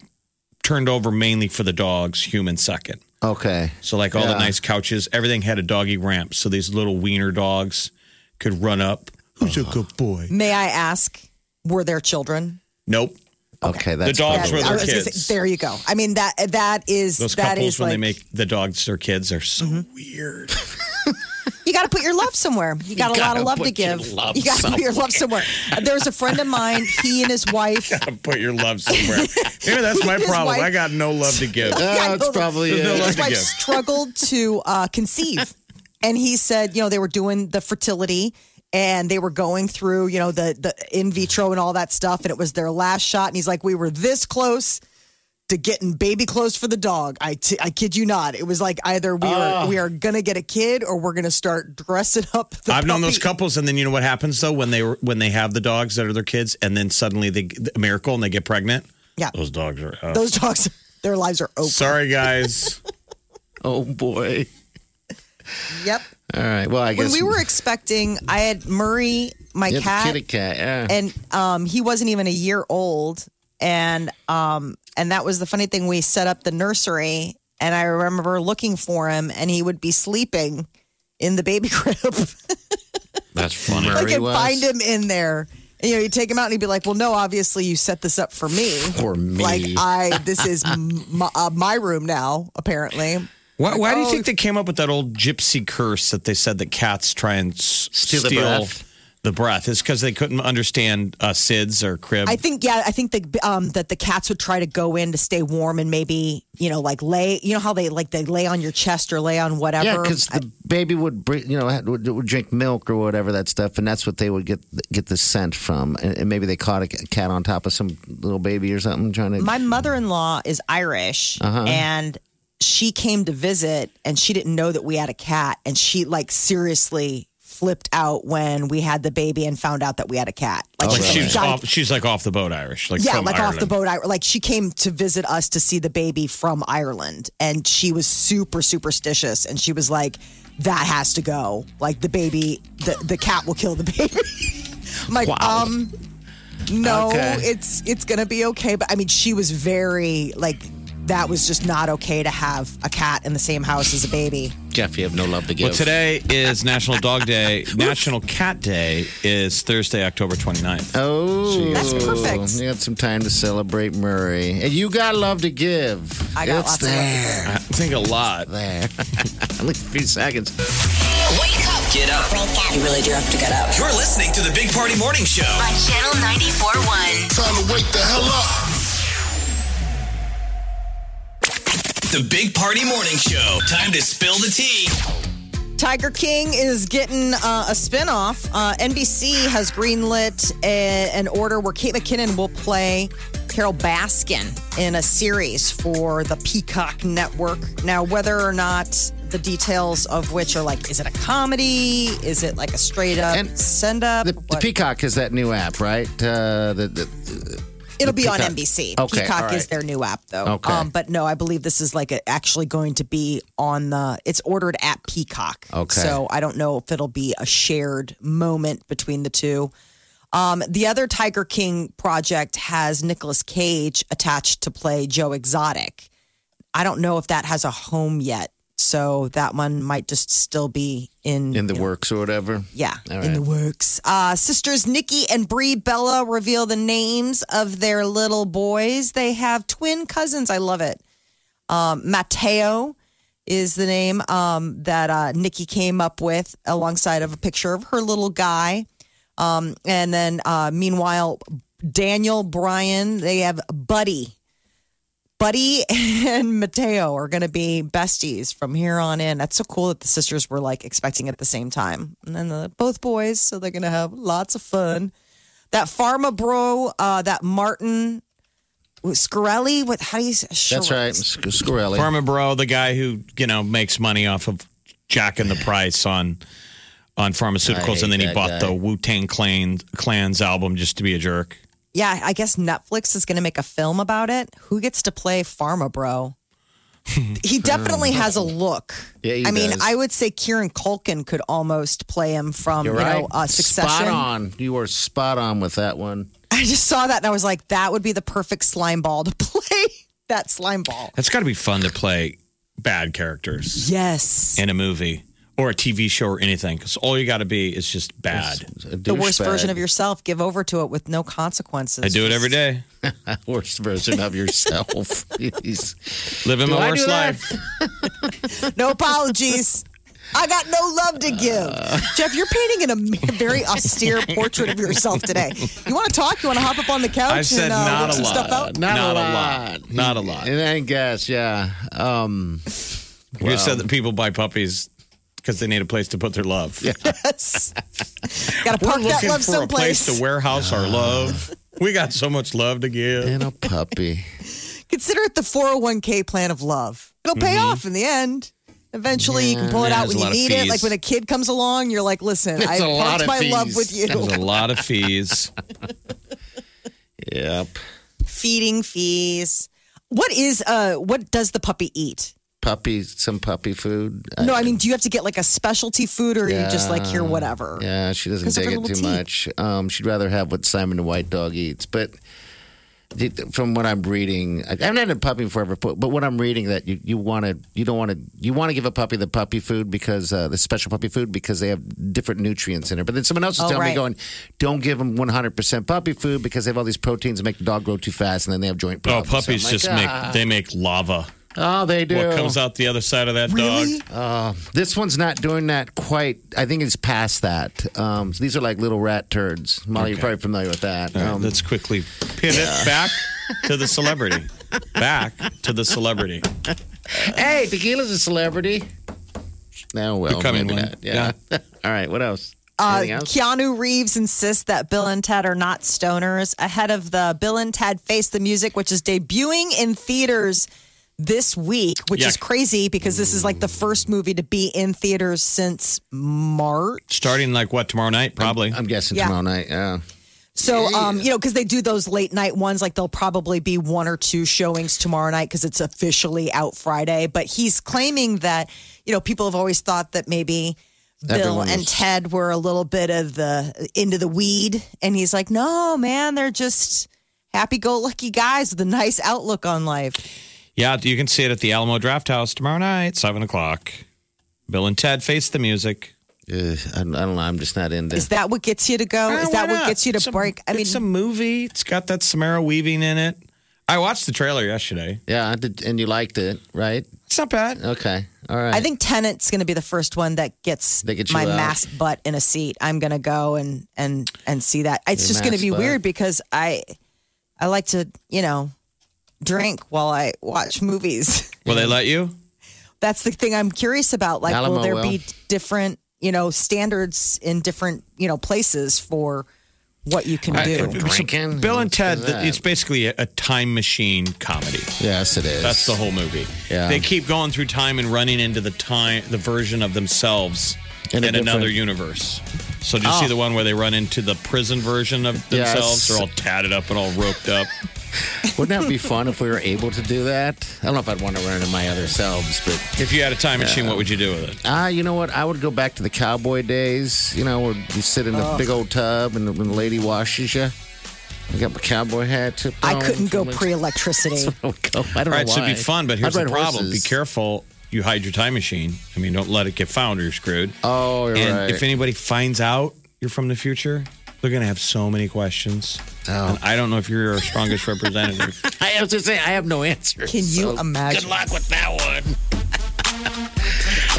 [SPEAKER 6] turned over mainly for the dogs. Human second.
[SPEAKER 5] Okay.
[SPEAKER 6] So like all the
[SPEAKER 5] Yeah.
[SPEAKER 6] nice couches, everything had a doggy ramp. So these little wiener dogs could run up. Who's a good boy?
[SPEAKER 4] May I ask, were there children?
[SPEAKER 6] Nope.
[SPEAKER 5] Okay. That's
[SPEAKER 6] dogs
[SPEAKER 5] probably-
[SPEAKER 6] were
[SPEAKER 4] I
[SPEAKER 6] their
[SPEAKER 4] was gonna
[SPEAKER 6] kids.
[SPEAKER 4] there you go. I mean that that is
[SPEAKER 6] Those
[SPEAKER 4] that
[SPEAKER 6] couples
[SPEAKER 4] is
[SPEAKER 6] when
[SPEAKER 4] like
[SPEAKER 6] they make the dogs their kids are so weird.
[SPEAKER 4] you got to put your love somewhere. You got a lot
[SPEAKER 5] gotta
[SPEAKER 4] of love to
[SPEAKER 5] put your
[SPEAKER 4] give.
[SPEAKER 5] love
[SPEAKER 4] You got to put your love somewhere. There's a friend of mine. He and his wife.
[SPEAKER 6] Put your love somewhere. Maybe that's my
[SPEAKER 4] His
[SPEAKER 6] problem.
[SPEAKER 4] wife-
[SPEAKER 6] I got no love to give.
[SPEAKER 5] Yeah, Uh, it's
[SPEAKER 4] There's
[SPEAKER 5] probably
[SPEAKER 6] no
[SPEAKER 5] it.
[SPEAKER 6] love
[SPEAKER 4] his
[SPEAKER 6] to
[SPEAKER 4] wife
[SPEAKER 6] give.
[SPEAKER 4] struggled to uh, conceive, and he said, you know, they were doing the fertility. And they were going through, you know, the the in vitro and all that stuff, and it was their last shot. And he's like, "We were this close to getting baby clothes for the dog. I, t- I kid you not. It was like either we
[SPEAKER 5] Ah.
[SPEAKER 4] are we are gonna get a kid or we're gonna start dressing up." The
[SPEAKER 6] I've known those
[SPEAKER 4] puppy.
[SPEAKER 6] couples, and then you know what happens though when they were- when they have the dogs that are their kids, and then suddenly they a miracle and they get pregnant.
[SPEAKER 4] Yeah.
[SPEAKER 6] Those dogs are. out.
[SPEAKER 4] Those dogs, their lives are open.
[SPEAKER 6] Sorry guys.
[SPEAKER 5] Oh boy.
[SPEAKER 4] Yep.
[SPEAKER 5] All right. Well, I
[SPEAKER 4] When
[SPEAKER 5] guess
[SPEAKER 4] we were expecting, I had Murray, my
[SPEAKER 5] yeah, the
[SPEAKER 4] cat,
[SPEAKER 5] kitty cat. Yeah.
[SPEAKER 4] and um, he wasn't even a year old, and um, and that was the funny thing. We set up the nursery, and I remember looking for him, and he would be sleeping in the baby crib.
[SPEAKER 5] that's funny.
[SPEAKER 4] I could find him in there. And, you know, you take him out, and he'd be like, "Well, no, obviously you set this up for me.
[SPEAKER 5] For me.
[SPEAKER 4] like I, this is m- my, uh, my room now, apparently."
[SPEAKER 6] Why, why do
[SPEAKER 4] Oh.
[SPEAKER 6] you think they came up with that old gypsy curse that they said that cats try and s-
[SPEAKER 5] Steal
[SPEAKER 6] steal
[SPEAKER 5] the breath.
[SPEAKER 6] the breath? It's because they couldn't understand uh, SIDS or crib.
[SPEAKER 4] I think yeah, I think the, um, that the cats would try to go in to stay warm and maybe you know like lay you know how they like they lay on your chest or lay on whatever.
[SPEAKER 5] Yeah, because the baby would, br- you know, had- would, would drink milk or whatever that stuff, and that's what they would get get the scent from. And, and maybe they caught a c- cat on top of some little baby or something trying to.
[SPEAKER 4] my mother-in-law is Irish and she came to visit and she didn't know that we had a cat and she like seriously flipped out when we had the baby and found out that we had a cat. Like,
[SPEAKER 6] like
[SPEAKER 4] she
[SPEAKER 6] she's
[SPEAKER 4] died-
[SPEAKER 6] off, she's like off the boat Irish, like
[SPEAKER 4] Yeah,
[SPEAKER 6] from
[SPEAKER 4] like off the
[SPEAKER 6] Ireland.
[SPEAKER 4] boat. I, like she came to visit us to see the baby from Ireland, and she was super superstitious, and she was like, "That has to go. Like the baby, the the cat will kill the baby." I'm like, um, no,
[SPEAKER 5] Okay.
[SPEAKER 4] it's it's gonna be okay. But I mean, she was very like. That was just not okay to have a cat in the same house as a baby.
[SPEAKER 5] Jeff, you have no love to give.
[SPEAKER 6] Well, today is National Dog Day. National Cat Day is Thursday, October 29th.
[SPEAKER 5] Oh,
[SPEAKER 4] That's perfect.
[SPEAKER 5] You got some time to celebrate Murray, and you got love to give.
[SPEAKER 4] I got
[SPEAKER 5] it's
[SPEAKER 4] lots of love to
[SPEAKER 5] there,
[SPEAKER 6] I think a lot.
[SPEAKER 5] there. At least a few seconds.
[SPEAKER 3] Wake up
[SPEAKER 2] Get up.
[SPEAKER 3] on
[SPEAKER 10] You really do have to get up.
[SPEAKER 2] You're listening to the Big Party Morning Show.
[SPEAKER 3] Channel 94.1.
[SPEAKER 11] Time to wake the hell up.
[SPEAKER 2] The Big Party Morning Show. Time to spill the tea.
[SPEAKER 4] Tiger King is getting uh, a spinoff. Uh, NBC has greenlit a, an order where Kate McKinnon will play Carol Baskin in a series for the Peacock Network. Now, whether or not the details of which are like, is it a comedy? Is it like a straight up
[SPEAKER 5] And
[SPEAKER 4] send up?
[SPEAKER 5] The, the Peacock is that new app, right? Uh, the, the,
[SPEAKER 4] It'll be
[SPEAKER 5] Peacock.
[SPEAKER 4] on NBC.
[SPEAKER 5] Okay,
[SPEAKER 4] Peacock
[SPEAKER 5] all
[SPEAKER 4] is
[SPEAKER 5] right.
[SPEAKER 4] their new app, though. Um,
[SPEAKER 5] Okay.
[SPEAKER 4] but no, I believe this is like a, actually going to be on the. It's ordered at Peacock.
[SPEAKER 5] Okay.
[SPEAKER 4] So I don't know if it'll be a shared moment between the two. Um, the other Tiger King project has Nicolas Cage attached to play Joe Exotic. I don't know if that has a home yet, so that one might just still be in
[SPEAKER 5] in the works or whatever.
[SPEAKER 4] yeah,
[SPEAKER 5] All
[SPEAKER 4] in
[SPEAKER 5] right.
[SPEAKER 4] the works. Uh, sisters Nikki and Brie Bella reveal the names of their little boys. They have twin cousins. I love it. Um, Mateo is the name um, that uh, Nikki came up with alongside of a picture of her little guy. Um, and then, uh, meanwhile, Daniel, Brian, they have Buddy. Buddy and Mateo are going to be besties from here on in. That's so cool that the sisters were like expecting at the same time. And then the, both boys, so they're going to have lots of fun. That pharma bro, uh, that Martin Scarelli, what, how do you say?
[SPEAKER 5] That's right, Sc- Scorelli.
[SPEAKER 6] Farmer Bro, the guy who you know makes money off of jacking the price on on
[SPEAKER 5] I
[SPEAKER 6] pharmaceuticals,
[SPEAKER 5] hate
[SPEAKER 6] and then he
[SPEAKER 5] that
[SPEAKER 6] bought
[SPEAKER 5] guy.
[SPEAKER 6] the Wu Tang Clan Clan's album just to be a jerk.
[SPEAKER 4] Yeah, I guess Netflix is going to make a film about it. Who gets to play Pharma Bro? he definitely has a look.
[SPEAKER 5] Um, Yeah, he
[SPEAKER 4] I mean,
[SPEAKER 5] does.
[SPEAKER 4] I would say Kieran Culkin could almost play him from
[SPEAKER 5] You're
[SPEAKER 4] you
[SPEAKER 5] right.
[SPEAKER 4] know uh, Succession.
[SPEAKER 5] Spot on. You were spot on with that one.
[SPEAKER 4] I just saw that and I was like, that would be the perfect slime ball to play. that slime ball.
[SPEAKER 6] That's got to be fun to play bad characters
[SPEAKER 4] Yes.
[SPEAKER 6] in a movie or a TV show or anything because all you got to be is just bad.
[SPEAKER 4] the worst version of yourself. Give over to it with no consequences.
[SPEAKER 6] I do it every day.
[SPEAKER 5] worst version of yourself. Jeez.
[SPEAKER 6] Living
[SPEAKER 5] Do
[SPEAKER 6] my
[SPEAKER 5] I
[SPEAKER 6] worst
[SPEAKER 5] do that?
[SPEAKER 6] life.
[SPEAKER 4] No apologies. I got no love to give. Jeff, you're painting an, a very austere portrait of yourself today. You want to talk? You want to hop up on the couch
[SPEAKER 6] I've said
[SPEAKER 4] and uh,
[SPEAKER 6] not
[SPEAKER 4] work
[SPEAKER 6] a
[SPEAKER 4] some stuff
[SPEAKER 6] lot.
[SPEAKER 4] out?
[SPEAKER 5] Not,
[SPEAKER 6] Not
[SPEAKER 5] a
[SPEAKER 6] a
[SPEAKER 5] lot.
[SPEAKER 6] lot. Not a lot.
[SPEAKER 5] And I guess, yeah. Um,
[SPEAKER 6] You just said that people buy puppies because they need a place to put their love.
[SPEAKER 4] Yes. got to
[SPEAKER 6] We're
[SPEAKER 4] park that
[SPEAKER 6] looking
[SPEAKER 4] love
[SPEAKER 6] for a
[SPEAKER 4] someplace.
[SPEAKER 6] place to warehouse our love. We got so much love to give.
[SPEAKER 5] and a puppy.
[SPEAKER 4] Consider it the 401k plan of love. It'll pay off in the end. Eventually, you can pull it
[SPEAKER 6] Mm-hmm. Yeah,
[SPEAKER 4] out
[SPEAKER 6] there's
[SPEAKER 4] when you
[SPEAKER 6] a lot of
[SPEAKER 4] need it.
[SPEAKER 6] fees.
[SPEAKER 4] Like when a kid comes along, you're like, listen,
[SPEAKER 5] There's a
[SPEAKER 4] I
[SPEAKER 5] lot
[SPEAKER 4] parked
[SPEAKER 5] of
[SPEAKER 4] my love
[SPEAKER 5] fees.
[SPEAKER 4] with you.
[SPEAKER 6] There's a lot of fees.
[SPEAKER 5] Yep.
[SPEAKER 4] Feeding fees. What is, uh, what does the puppy eat?
[SPEAKER 5] Puppy, some puppy food.
[SPEAKER 4] No, I mean, do you have to get like a specialty food or are you just like here, whatever?
[SPEAKER 5] Yeah, she doesn't
[SPEAKER 4] 'Cause of
[SPEAKER 5] dig
[SPEAKER 4] her
[SPEAKER 5] it too
[SPEAKER 4] little
[SPEAKER 5] much. Um, she'd rather have what Simon the White Dog eats. But the- from what I'm reading, I I haven't had a puppy forever. But, but what I'm reading that you you want to you don't want to you want to give a puppy the puppy food because uh, the special puppy food because they have different nutrients in it. But then someone else is
[SPEAKER 4] Oh,
[SPEAKER 5] telling me
[SPEAKER 4] right.
[SPEAKER 5] going, don't give them 100 percent puppy food because they have all these proteins that make the dog grow too fast and then they have joint
[SPEAKER 6] Oh,
[SPEAKER 5] problems. So I'm
[SPEAKER 6] puppies
[SPEAKER 5] like,
[SPEAKER 6] just
[SPEAKER 5] "Ah."
[SPEAKER 6] make they make lava.
[SPEAKER 5] oh they do
[SPEAKER 6] What comes out the other side of that
[SPEAKER 4] Really?
[SPEAKER 6] dog?
[SPEAKER 5] This one's not doing that quite. I think it's past that. Um, so these are like little rat turds. Molly, you're probably familiar with that. Um,
[SPEAKER 6] Let's quickly pivot back to the celebrity. Back to the celebrity.
[SPEAKER 5] hey, tequila's a celebrity. No, well,
[SPEAKER 6] Becoming
[SPEAKER 5] maybe
[SPEAKER 6] one.
[SPEAKER 5] not. Yeah. All right. What else?
[SPEAKER 4] Uh,
[SPEAKER 5] Anything else?
[SPEAKER 4] Keanu Reeves insists that Bill and Ted are not stoners ahead of the Bill and Ted Face the Music, which is debuting in theaters this week, which
[SPEAKER 6] Yeah.
[SPEAKER 4] is crazy because this is like the first movie to be in theaters since March.
[SPEAKER 6] Starting like what tomorrow night? Probably.
[SPEAKER 5] I'm guessing
[SPEAKER 4] Yeah.
[SPEAKER 5] tomorrow night. Yeah.
[SPEAKER 4] So, um, you know, because they do those late night ones, like there'll probably be one or two showings tomorrow night because it's officially out Friday. But he's claiming that, you know, people have always thought that maybe Bill
[SPEAKER 5] Everyone
[SPEAKER 4] and
[SPEAKER 5] was-
[SPEAKER 4] Ted were a little bit of the into the weed. And he's like, no, man, they're just happy go lucky guys with a nice outlook on life.
[SPEAKER 6] Yeah, you can see it at the Alamo Draft House tomorrow night, seven o'clock. Bill and Ted face the music.
[SPEAKER 5] Ugh, I, I don't know. I'm just not into.
[SPEAKER 4] Is that what gets you to go? Is that what gets you to
[SPEAKER 6] It's a-
[SPEAKER 4] break? I mean,
[SPEAKER 6] it's a movie. It's got that Samara Weaving in it. I watched the trailer yesterday.
[SPEAKER 5] yeah. I did- and you liked it, right?
[SPEAKER 6] It's not bad.
[SPEAKER 5] Okay. All right.
[SPEAKER 4] I think Tenant's going to be the first one that gets
[SPEAKER 5] They get you
[SPEAKER 4] my
[SPEAKER 5] out.
[SPEAKER 4] mass butt in a seat. I'm going to go and and and see that. It's
[SPEAKER 5] Your
[SPEAKER 4] just going to
[SPEAKER 5] masked
[SPEAKER 4] be
[SPEAKER 5] butt.
[SPEAKER 4] weird because I I like to you know drink while I watch movies.
[SPEAKER 6] Will they let you?
[SPEAKER 4] That's the thing I'm curious about. Like, will
[SPEAKER 5] Alamo
[SPEAKER 4] there
[SPEAKER 5] will.
[SPEAKER 4] be different you know standards in different you know places for what you can do?
[SPEAKER 5] drinking.
[SPEAKER 6] Bill and Ted,
[SPEAKER 5] Look at that.
[SPEAKER 6] it's basically a, a time machine comedy.
[SPEAKER 5] yes, it is.
[SPEAKER 6] That's the whole movie.
[SPEAKER 5] Yeah.
[SPEAKER 6] They keep going through time and running into the time, the version of themselves
[SPEAKER 5] In
[SPEAKER 6] in,
[SPEAKER 5] a
[SPEAKER 6] another
[SPEAKER 5] different- Oh.
[SPEAKER 6] universe. So do you see the one where they run into the prison version of themselves?
[SPEAKER 5] Yes.
[SPEAKER 6] They're all tatted up and all roped up.
[SPEAKER 5] Wouldn't that be fun if we were able to do that? I don't know if I'd want to run into my other selves, but
[SPEAKER 6] if you had a time machine, what would you do with it?
[SPEAKER 5] Ah, you know what? I would go back to the cowboy days. You know, where you sit in
[SPEAKER 4] Oh.
[SPEAKER 5] a big old tub and the, when the lady washes you. I got my cowboy hat. Tipped
[SPEAKER 4] I
[SPEAKER 5] on
[SPEAKER 4] couldn't go
[SPEAKER 5] from my-
[SPEAKER 4] pre-electricity.
[SPEAKER 5] I would go- I don't
[SPEAKER 6] All
[SPEAKER 5] know
[SPEAKER 6] right, so it'd be
[SPEAKER 5] why.
[SPEAKER 6] fun, but here's
[SPEAKER 5] I'd
[SPEAKER 6] the
[SPEAKER 5] ride
[SPEAKER 6] problem.
[SPEAKER 5] horses.
[SPEAKER 6] Be careful. You hide your time machine. I mean, don't let it get found or you're screwed.
[SPEAKER 5] Oh, you're
[SPEAKER 6] and
[SPEAKER 5] right.
[SPEAKER 6] if anybody finds out you're from the future, they're going to have so many questions.
[SPEAKER 5] Oh.
[SPEAKER 6] And I don't know if you're our strongest representative.
[SPEAKER 5] I was just saying, I have no answer.
[SPEAKER 4] Can you imagine?
[SPEAKER 5] Good luck with that one.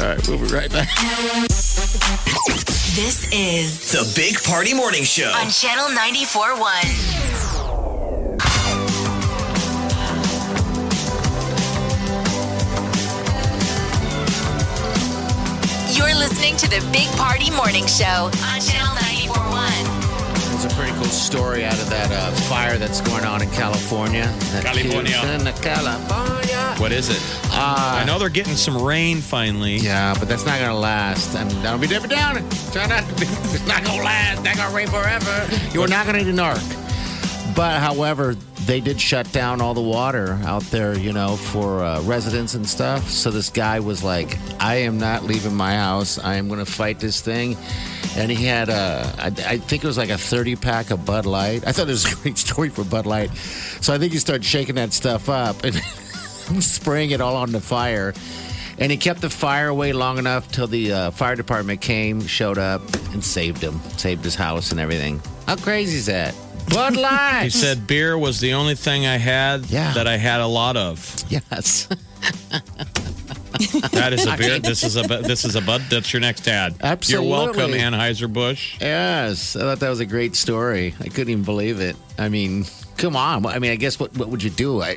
[SPEAKER 5] All right, we'll be right back.
[SPEAKER 3] This is
[SPEAKER 2] The Big Party Morning Show.
[SPEAKER 3] on Channel 94.1. You're listening to the Big Party Morning Show on Channel 94.1.
[SPEAKER 5] There's a pretty cool story out of that uh, fire that's going on in California. That
[SPEAKER 6] California.
[SPEAKER 5] Houston, California.
[SPEAKER 6] What is it? I know they're getting some rain finally.
[SPEAKER 5] Yeah, but that's not gonna last. I mean, that'll be never down. Try not to be. It's not gonna last. Not gonna rain forever. You're not gonna need an ark. But however, they did shut down all the water out there, you know, for uh, residents and stuff. So this guy was like, "I am not leaving my house. I am going to fight this thing." And he had a, I, I think it was like a thirty pack of Bud Light. I thought it was a great story for Bud Light. So I think he started shaking that stuff up and spraying it all on the fire. And he kept the fire away long enough till the uh, fire department came, showed up, and saved him, saved his house and everything. How crazy is that? Bud Light.
[SPEAKER 6] He said beer was the only thing I had
[SPEAKER 5] Yeah.
[SPEAKER 6] that I had a lot of.
[SPEAKER 5] Yes.
[SPEAKER 6] That is a beer. This is a bu- this is a bud. That's your next ad.
[SPEAKER 5] Absolutely.
[SPEAKER 6] You're welcome, Anheuser Busch.
[SPEAKER 5] Yes. I thought that was a great story. I couldn't even believe it. I mean, come on. I mean, I guess what, what would you do? I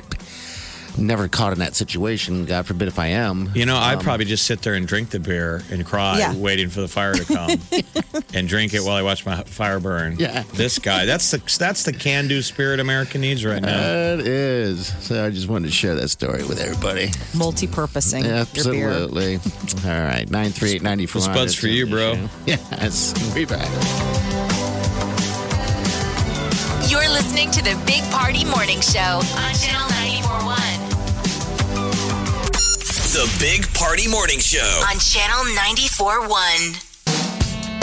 [SPEAKER 5] I'm never caught in that situation. God forbid if I am.
[SPEAKER 6] You know, I'd probably just sit there and drink the beer and cry,
[SPEAKER 4] Yeah.
[SPEAKER 6] waiting for the fire to come, and drink it while I watch my fire burn.
[SPEAKER 5] Yeah.
[SPEAKER 6] This guy. That's the that's the can do spirit America needs right now.
[SPEAKER 5] That is. So I just wanted to share that story with everybody.
[SPEAKER 4] Multi-purposing your beer.
[SPEAKER 5] Absolutely. All right. 938 94.
[SPEAKER 6] This bud's for you, bro.
[SPEAKER 5] Yes. Be back.
[SPEAKER 3] You're listening to the Big Party Morning Show on Channel 941.
[SPEAKER 2] The Big Party Morning Show.
[SPEAKER 3] On Channel 941.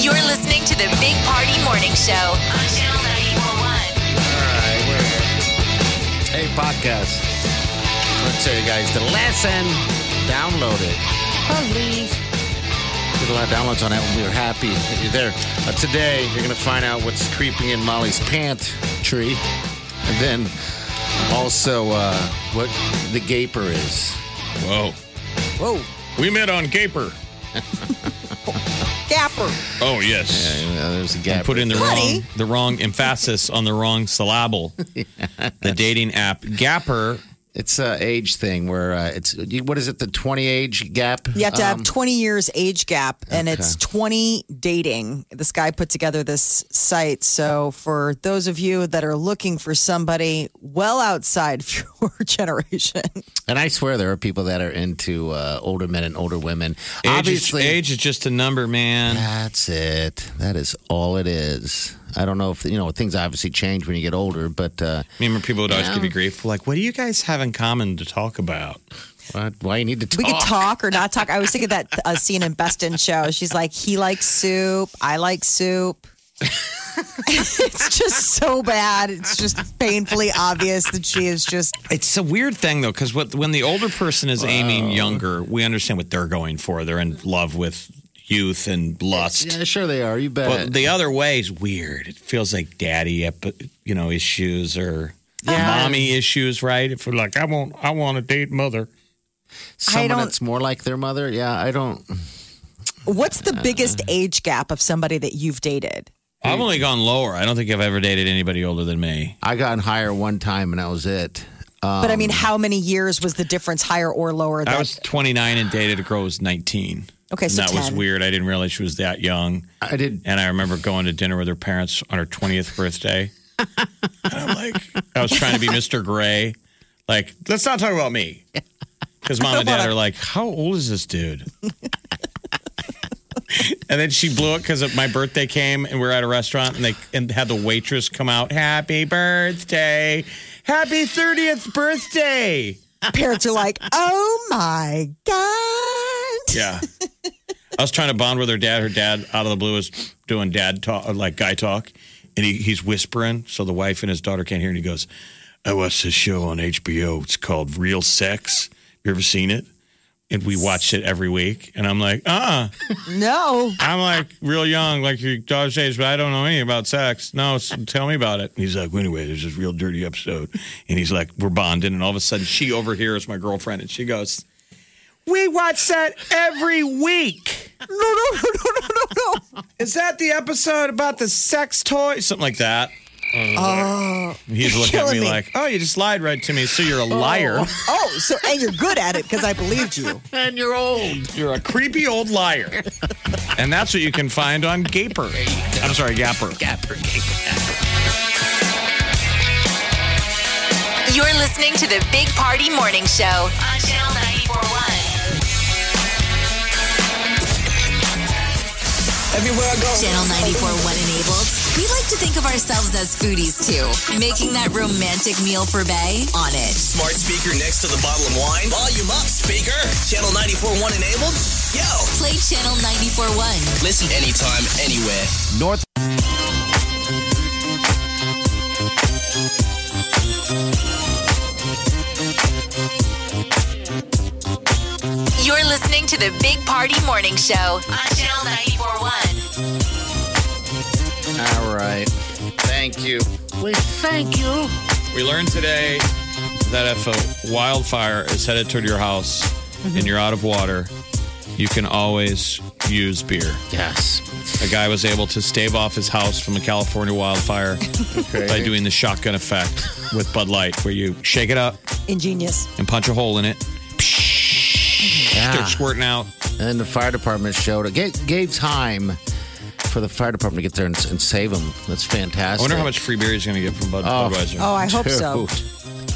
[SPEAKER 3] You're listening to the Big Party Morning Show on Channel 941.
[SPEAKER 5] Hey, podcast. Let's tell you guys to listen. Download it. Please. Did a lot of downloads on that one. We were happy that you're there. Uh, today, you're going to find out what's creeping in Molly's pant tree. And then also uh, what the gaper is.
[SPEAKER 6] Whoa.
[SPEAKER 4] Whoa,
[SPEAKER 6] We met on Gaper.
[SPEAKER 4] gapper.
[SPEAKER 6] Oh yes.
[SPEAKER 5] You know, there's a
[SPEAKER 6] and
[SPEAKER 5] gap.
[SPEAKER 6] put in the
[SPEAKER 4] Buddy.
[SPEAKER 6] wrong the wrong emphasis on the wrong syllable. The dating app Gapper.
[SPEAKER 5] It's a age thing where uh, it's, you- what is it, the 20 age gap?
[SPEAKER 4] You have to
[SPEAKER 5] Um,
[SPEAKER 4] have 20 years age gap, and it's 20 dating. This guy put together this site. So, for those of you that are looking for somebody well outside of your generation,
[SPEAKER 5] And I swear there are people that are into uh, older men and older women.
[SPEAKER 6] Age
[SPEAKER 5] Obviously,
[SPEAKER 6] is, age is just a number, man.
[SPEAKER 5] That's it. That is all it is. I don't know if you know things obviously change when you get older, but uh,
[SPEAKER 6] Remember, people would always
[SPEAKER 5] Yeah.
[SPEAKER 6] give you grief. Like, what do you guys have in common to talk about?
[SPEAKER 5] why- why you need to
[SPEAKER 4] we could
[SPEAKER 5] talk?
[SPEAKER 4] talk or not talk. I was thinking that uh, scene in Best in Show. She's like, he likes soup. I like soup. it's just so bad. It's just painfully obvious that she is just
[SPEAKER 6] It's a weird thing though, because what when the older person is aiming younger, we understand what they're going for. They're in love with youth and lust.
[SPEAKER 5] Yeah, sure they are. You bet.
[SPEAKER 6] But the other way is weird. It feels like daddy, epi- you know, issues or mommy issues, right? If we're like, I want, I want to date mother.
[SPEAKER 5] Someone
[SPEAKER 4] don't-
[SPEAKER 5] that's more like their mother. Yeah, I don't.
[SPEAKER 4] What's the biggest age gap of somebody that you've dated?
[SPEAKER 6] I've only gone lower. I don't think I've ever dated anybody older than me.
[SPEAKER 5] I got in higher one time, and that was it.
[SPEAKER 4] but I
[SPEAKER 5] Um,
[SPEAKER 4] mean, how many years was the difference higher or lower? That,
[SPEAKER 6] I was 29 and dated a girl who was 19.
[SPEAKER 4] Okay,
[SPEAKER 6] and
[SPEAKER 4] so
[SPEAKER 6] that was
[SPEAKER 4] 10.
[SPEAKER 6] weird. I didn't realize she was that young.
[SPEAKER 5] I did.
[SPEAKER 6] And I remember going to dinner with her parents on her 20th birthday. and I'm like, I was trying to be Mr. Gray. Like, let's not talk about me. Because mom and dad are like, how old is this dude? and then she blew it because my birthday came and we were at a restaurant and they and had the waitress come out, happy birthday, happy 30th birthday.
[SPEAKER 4] parents are like, oh my God.
[SPEAKER 6] Yeah. I was trying to bond with her dad. Her dad, out of the blue, is doing dad talk, uh, like guy talk, and he, he's whispering, so the wife and his daughter can't hear. And he goes, "I watched this show on HBO. It's called Real Sex. You ever seen it?" And we watched it every week. And I'm like, "Uh, uh
[SPEAKER 4] No.
[SPEAKER 6] I'm like real young, like your daughter's age, but I don't know anything about sex. No, s tell me about it." And he's like, well, "Anyway, there's this real dirty episode." And he's like, "We're bonding," and all of a sudden, she overhears my girlfriend, and she goes. We watch that every week.
[SPEAKER 4] No, no, no, no, no, no, no.
[SPEAKER 6] Is that the episode about the sex toy? Something like that. Oh, he's looking at
[SPEAKER 4] killing
[SPEAKER 6] me,
[SPEAKER 4] me.
[SPEAKER 6] like, "Oh, you just lied right to me. So you're a liar.
[SPEAKER 4] Oh, so, and you're good at it because I believed you.
[SPEAKER 5] And you're old.
[SPEAKER 6] You're a creepy old liar." and that's what you can find on Gaper. I'm sorry, Gapper.
[SPEAKER 3] You're listening to the Big Party Morning Show on Channel 941.
[SPEAKER 2] Everywhere I go.
[SPEAKER 3] Channel 941 enabled. We like to think of ourselves as foodies too. Making that romantic meal for Bay on it.
[SPEAKER 2] Smart speaker next to the bottle of wine. Volume up, speaker. Channel 941 enabled. Yo.
[SPEAKER 3] Play Channel 941.
[SPEAKER 2] Listen anytime, anywhere.
[SPEAKER 5] North.
[SPEAKER 3] You're listening to the Big Party Morning Show on Channel 941.
[SPEAKER 5] All right. Thank you.
[SPEAKER 6] We learned today that if a wildfire is headed toward your house
[SPEAKER 4] Mm-hmm.
[SPEAKER 6] and you're out of water, you can always use beer.
[SPEAKER 5] Yes.
[SPEAKER 6] A guy was able to stave off his house from a California wildfire by doing the shotgun effect with Bud Light, where you shake it up
[SPEAKER 4] Ingenious.
[SPEAKER 6] and punch a hole in it,
[SPEAKER 5] Yeah.
[SPEAKER 4] Ah.
[SPEAKER 6] start squirting out.
[SPEAKER 5] And the fire department showed it. Gave, gave time for the fire department to get there and, and save them. That's fantastic.
[SPEAKER 6] I wonder how much free beer he's going to get from Bud, Budweiser.
[SPEAKER 4] Oh, I hope so.
[SPEAKER 5] Dude.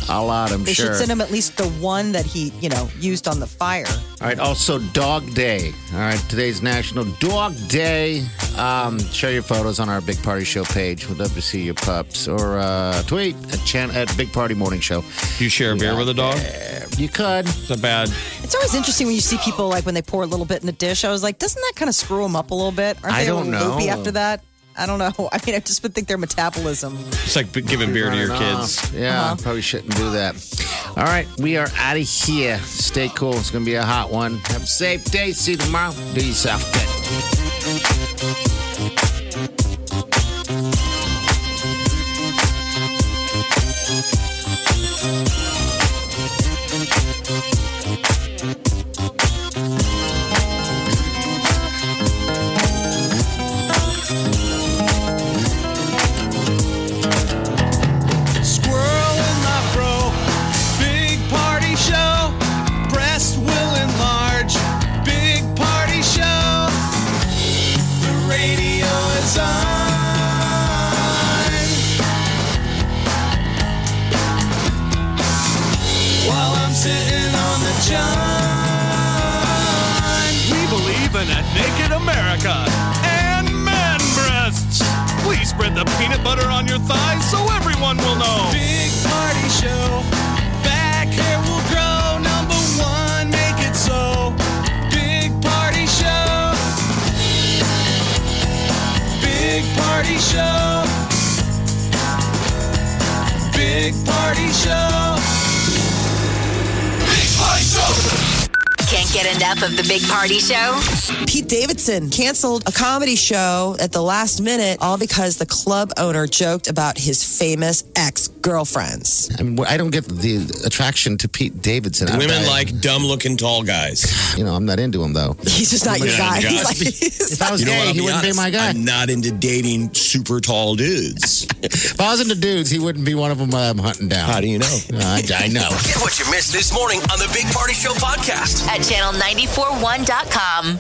[SPEAKER 5] A lot, I'm
[SPEAKER 4] They
[SPEAKER 5] sure.
[SPEAKER 4] should send him at least the one that he, you know, used on the fire.
[SPEAKER 5] All right, also Dog Day. All right, today's National Dog Day. Um, share your photos on our Big Party Show page. We'd love to see your pups. Or uh, tweet at, Chan- at Big Party Morning Show.
[SPEAKER 6] Do you share a beer with a dog?
[SPEAKER 5] You could.
[SPEAKER 6] It's a bad.
[SPEAKER 4] It's always interesting when you see people like when they pour a little bit in the dish. I was like, doesn't that kind of screw them up a little bit? Aren't
[SPEAKER 5] I
[SPEAKER 4] they a
[SPEAKER 5] don't
[SPEAKER 4] little loopy
[SPEAKER 5] know.
[SPEAKER 4] after that? I don't know. I mean, I just would think their metabolism.
[SPEAKER 6] It's like giving beer to your kids.
[SPEAKER 5] Yeah,
[SPEAKER 4] Uh-huh.
[SPEAKER 5] probably shouldn't do that. All right, we are out of here. Stay cool. It's going to be a hot one. Have a safe day. See you tomorrow. Do yourself good.
[SPEAKER 10] Squirrel in my fro. Big party show. Breast will enlarge. Big party show. The radio is on. While I'm sitting on the john. We believe in a naked America and man breasts. Please spread the peanut butter on your thighs so everyone will know. Big party show. Back hair will grow. Number one, make it so. Big party show. Big party show. Big party show. Big party show.
[SPEAKER 3] Can't get enough of the Big Party Show?
[SPEAKER 4] Pete Davidson canceled a comedy show at the last minute, all because the club owner joked about his famous ex girlfriends.
[SPEAKER 5] I, mean, I don't get the attraction to Pete Davidson. I'm
[SPEAKER 11] Women
[SPEAKER 5] not-
[SPEAKER 11] like dumb looking tall guys.
[SPEAKER 5] you know, I'm not into him though.
[SPEAKER 4] He's just not your
[SPEAKER 11] Yeah,
[SPEAKER 4] guy.
[SPEAKER 11] you
[SPEAKER 4] He's
[SPEAKER 11] guys.
[SPEAKER 4] like, he's
[SPEAKER 5] If I was
[SPEAKER 11] You know what?
[SPEAKER 5] gay,
[SPEAKER 11] I'll
[SPEAKER 5] he
[SPEAKER 11] be
[SPEAKER 5] wouldn't
[SPEAKER 11] honest.
[SPEAKER 5] be my guy.
[SPEAKER 11] I'm not into dating super tall dudes.
[SPEAKER 5] If I was into dudes, he wouldn't be one of them I'm hunting down.
[SPEAKER 11] How do you know?
[SPEAKER 5] I, I know.
[SPEAKER 2] Get what you missed this morning on the Big Party Show podcast.
[SPEAKER 3] At channel941.com.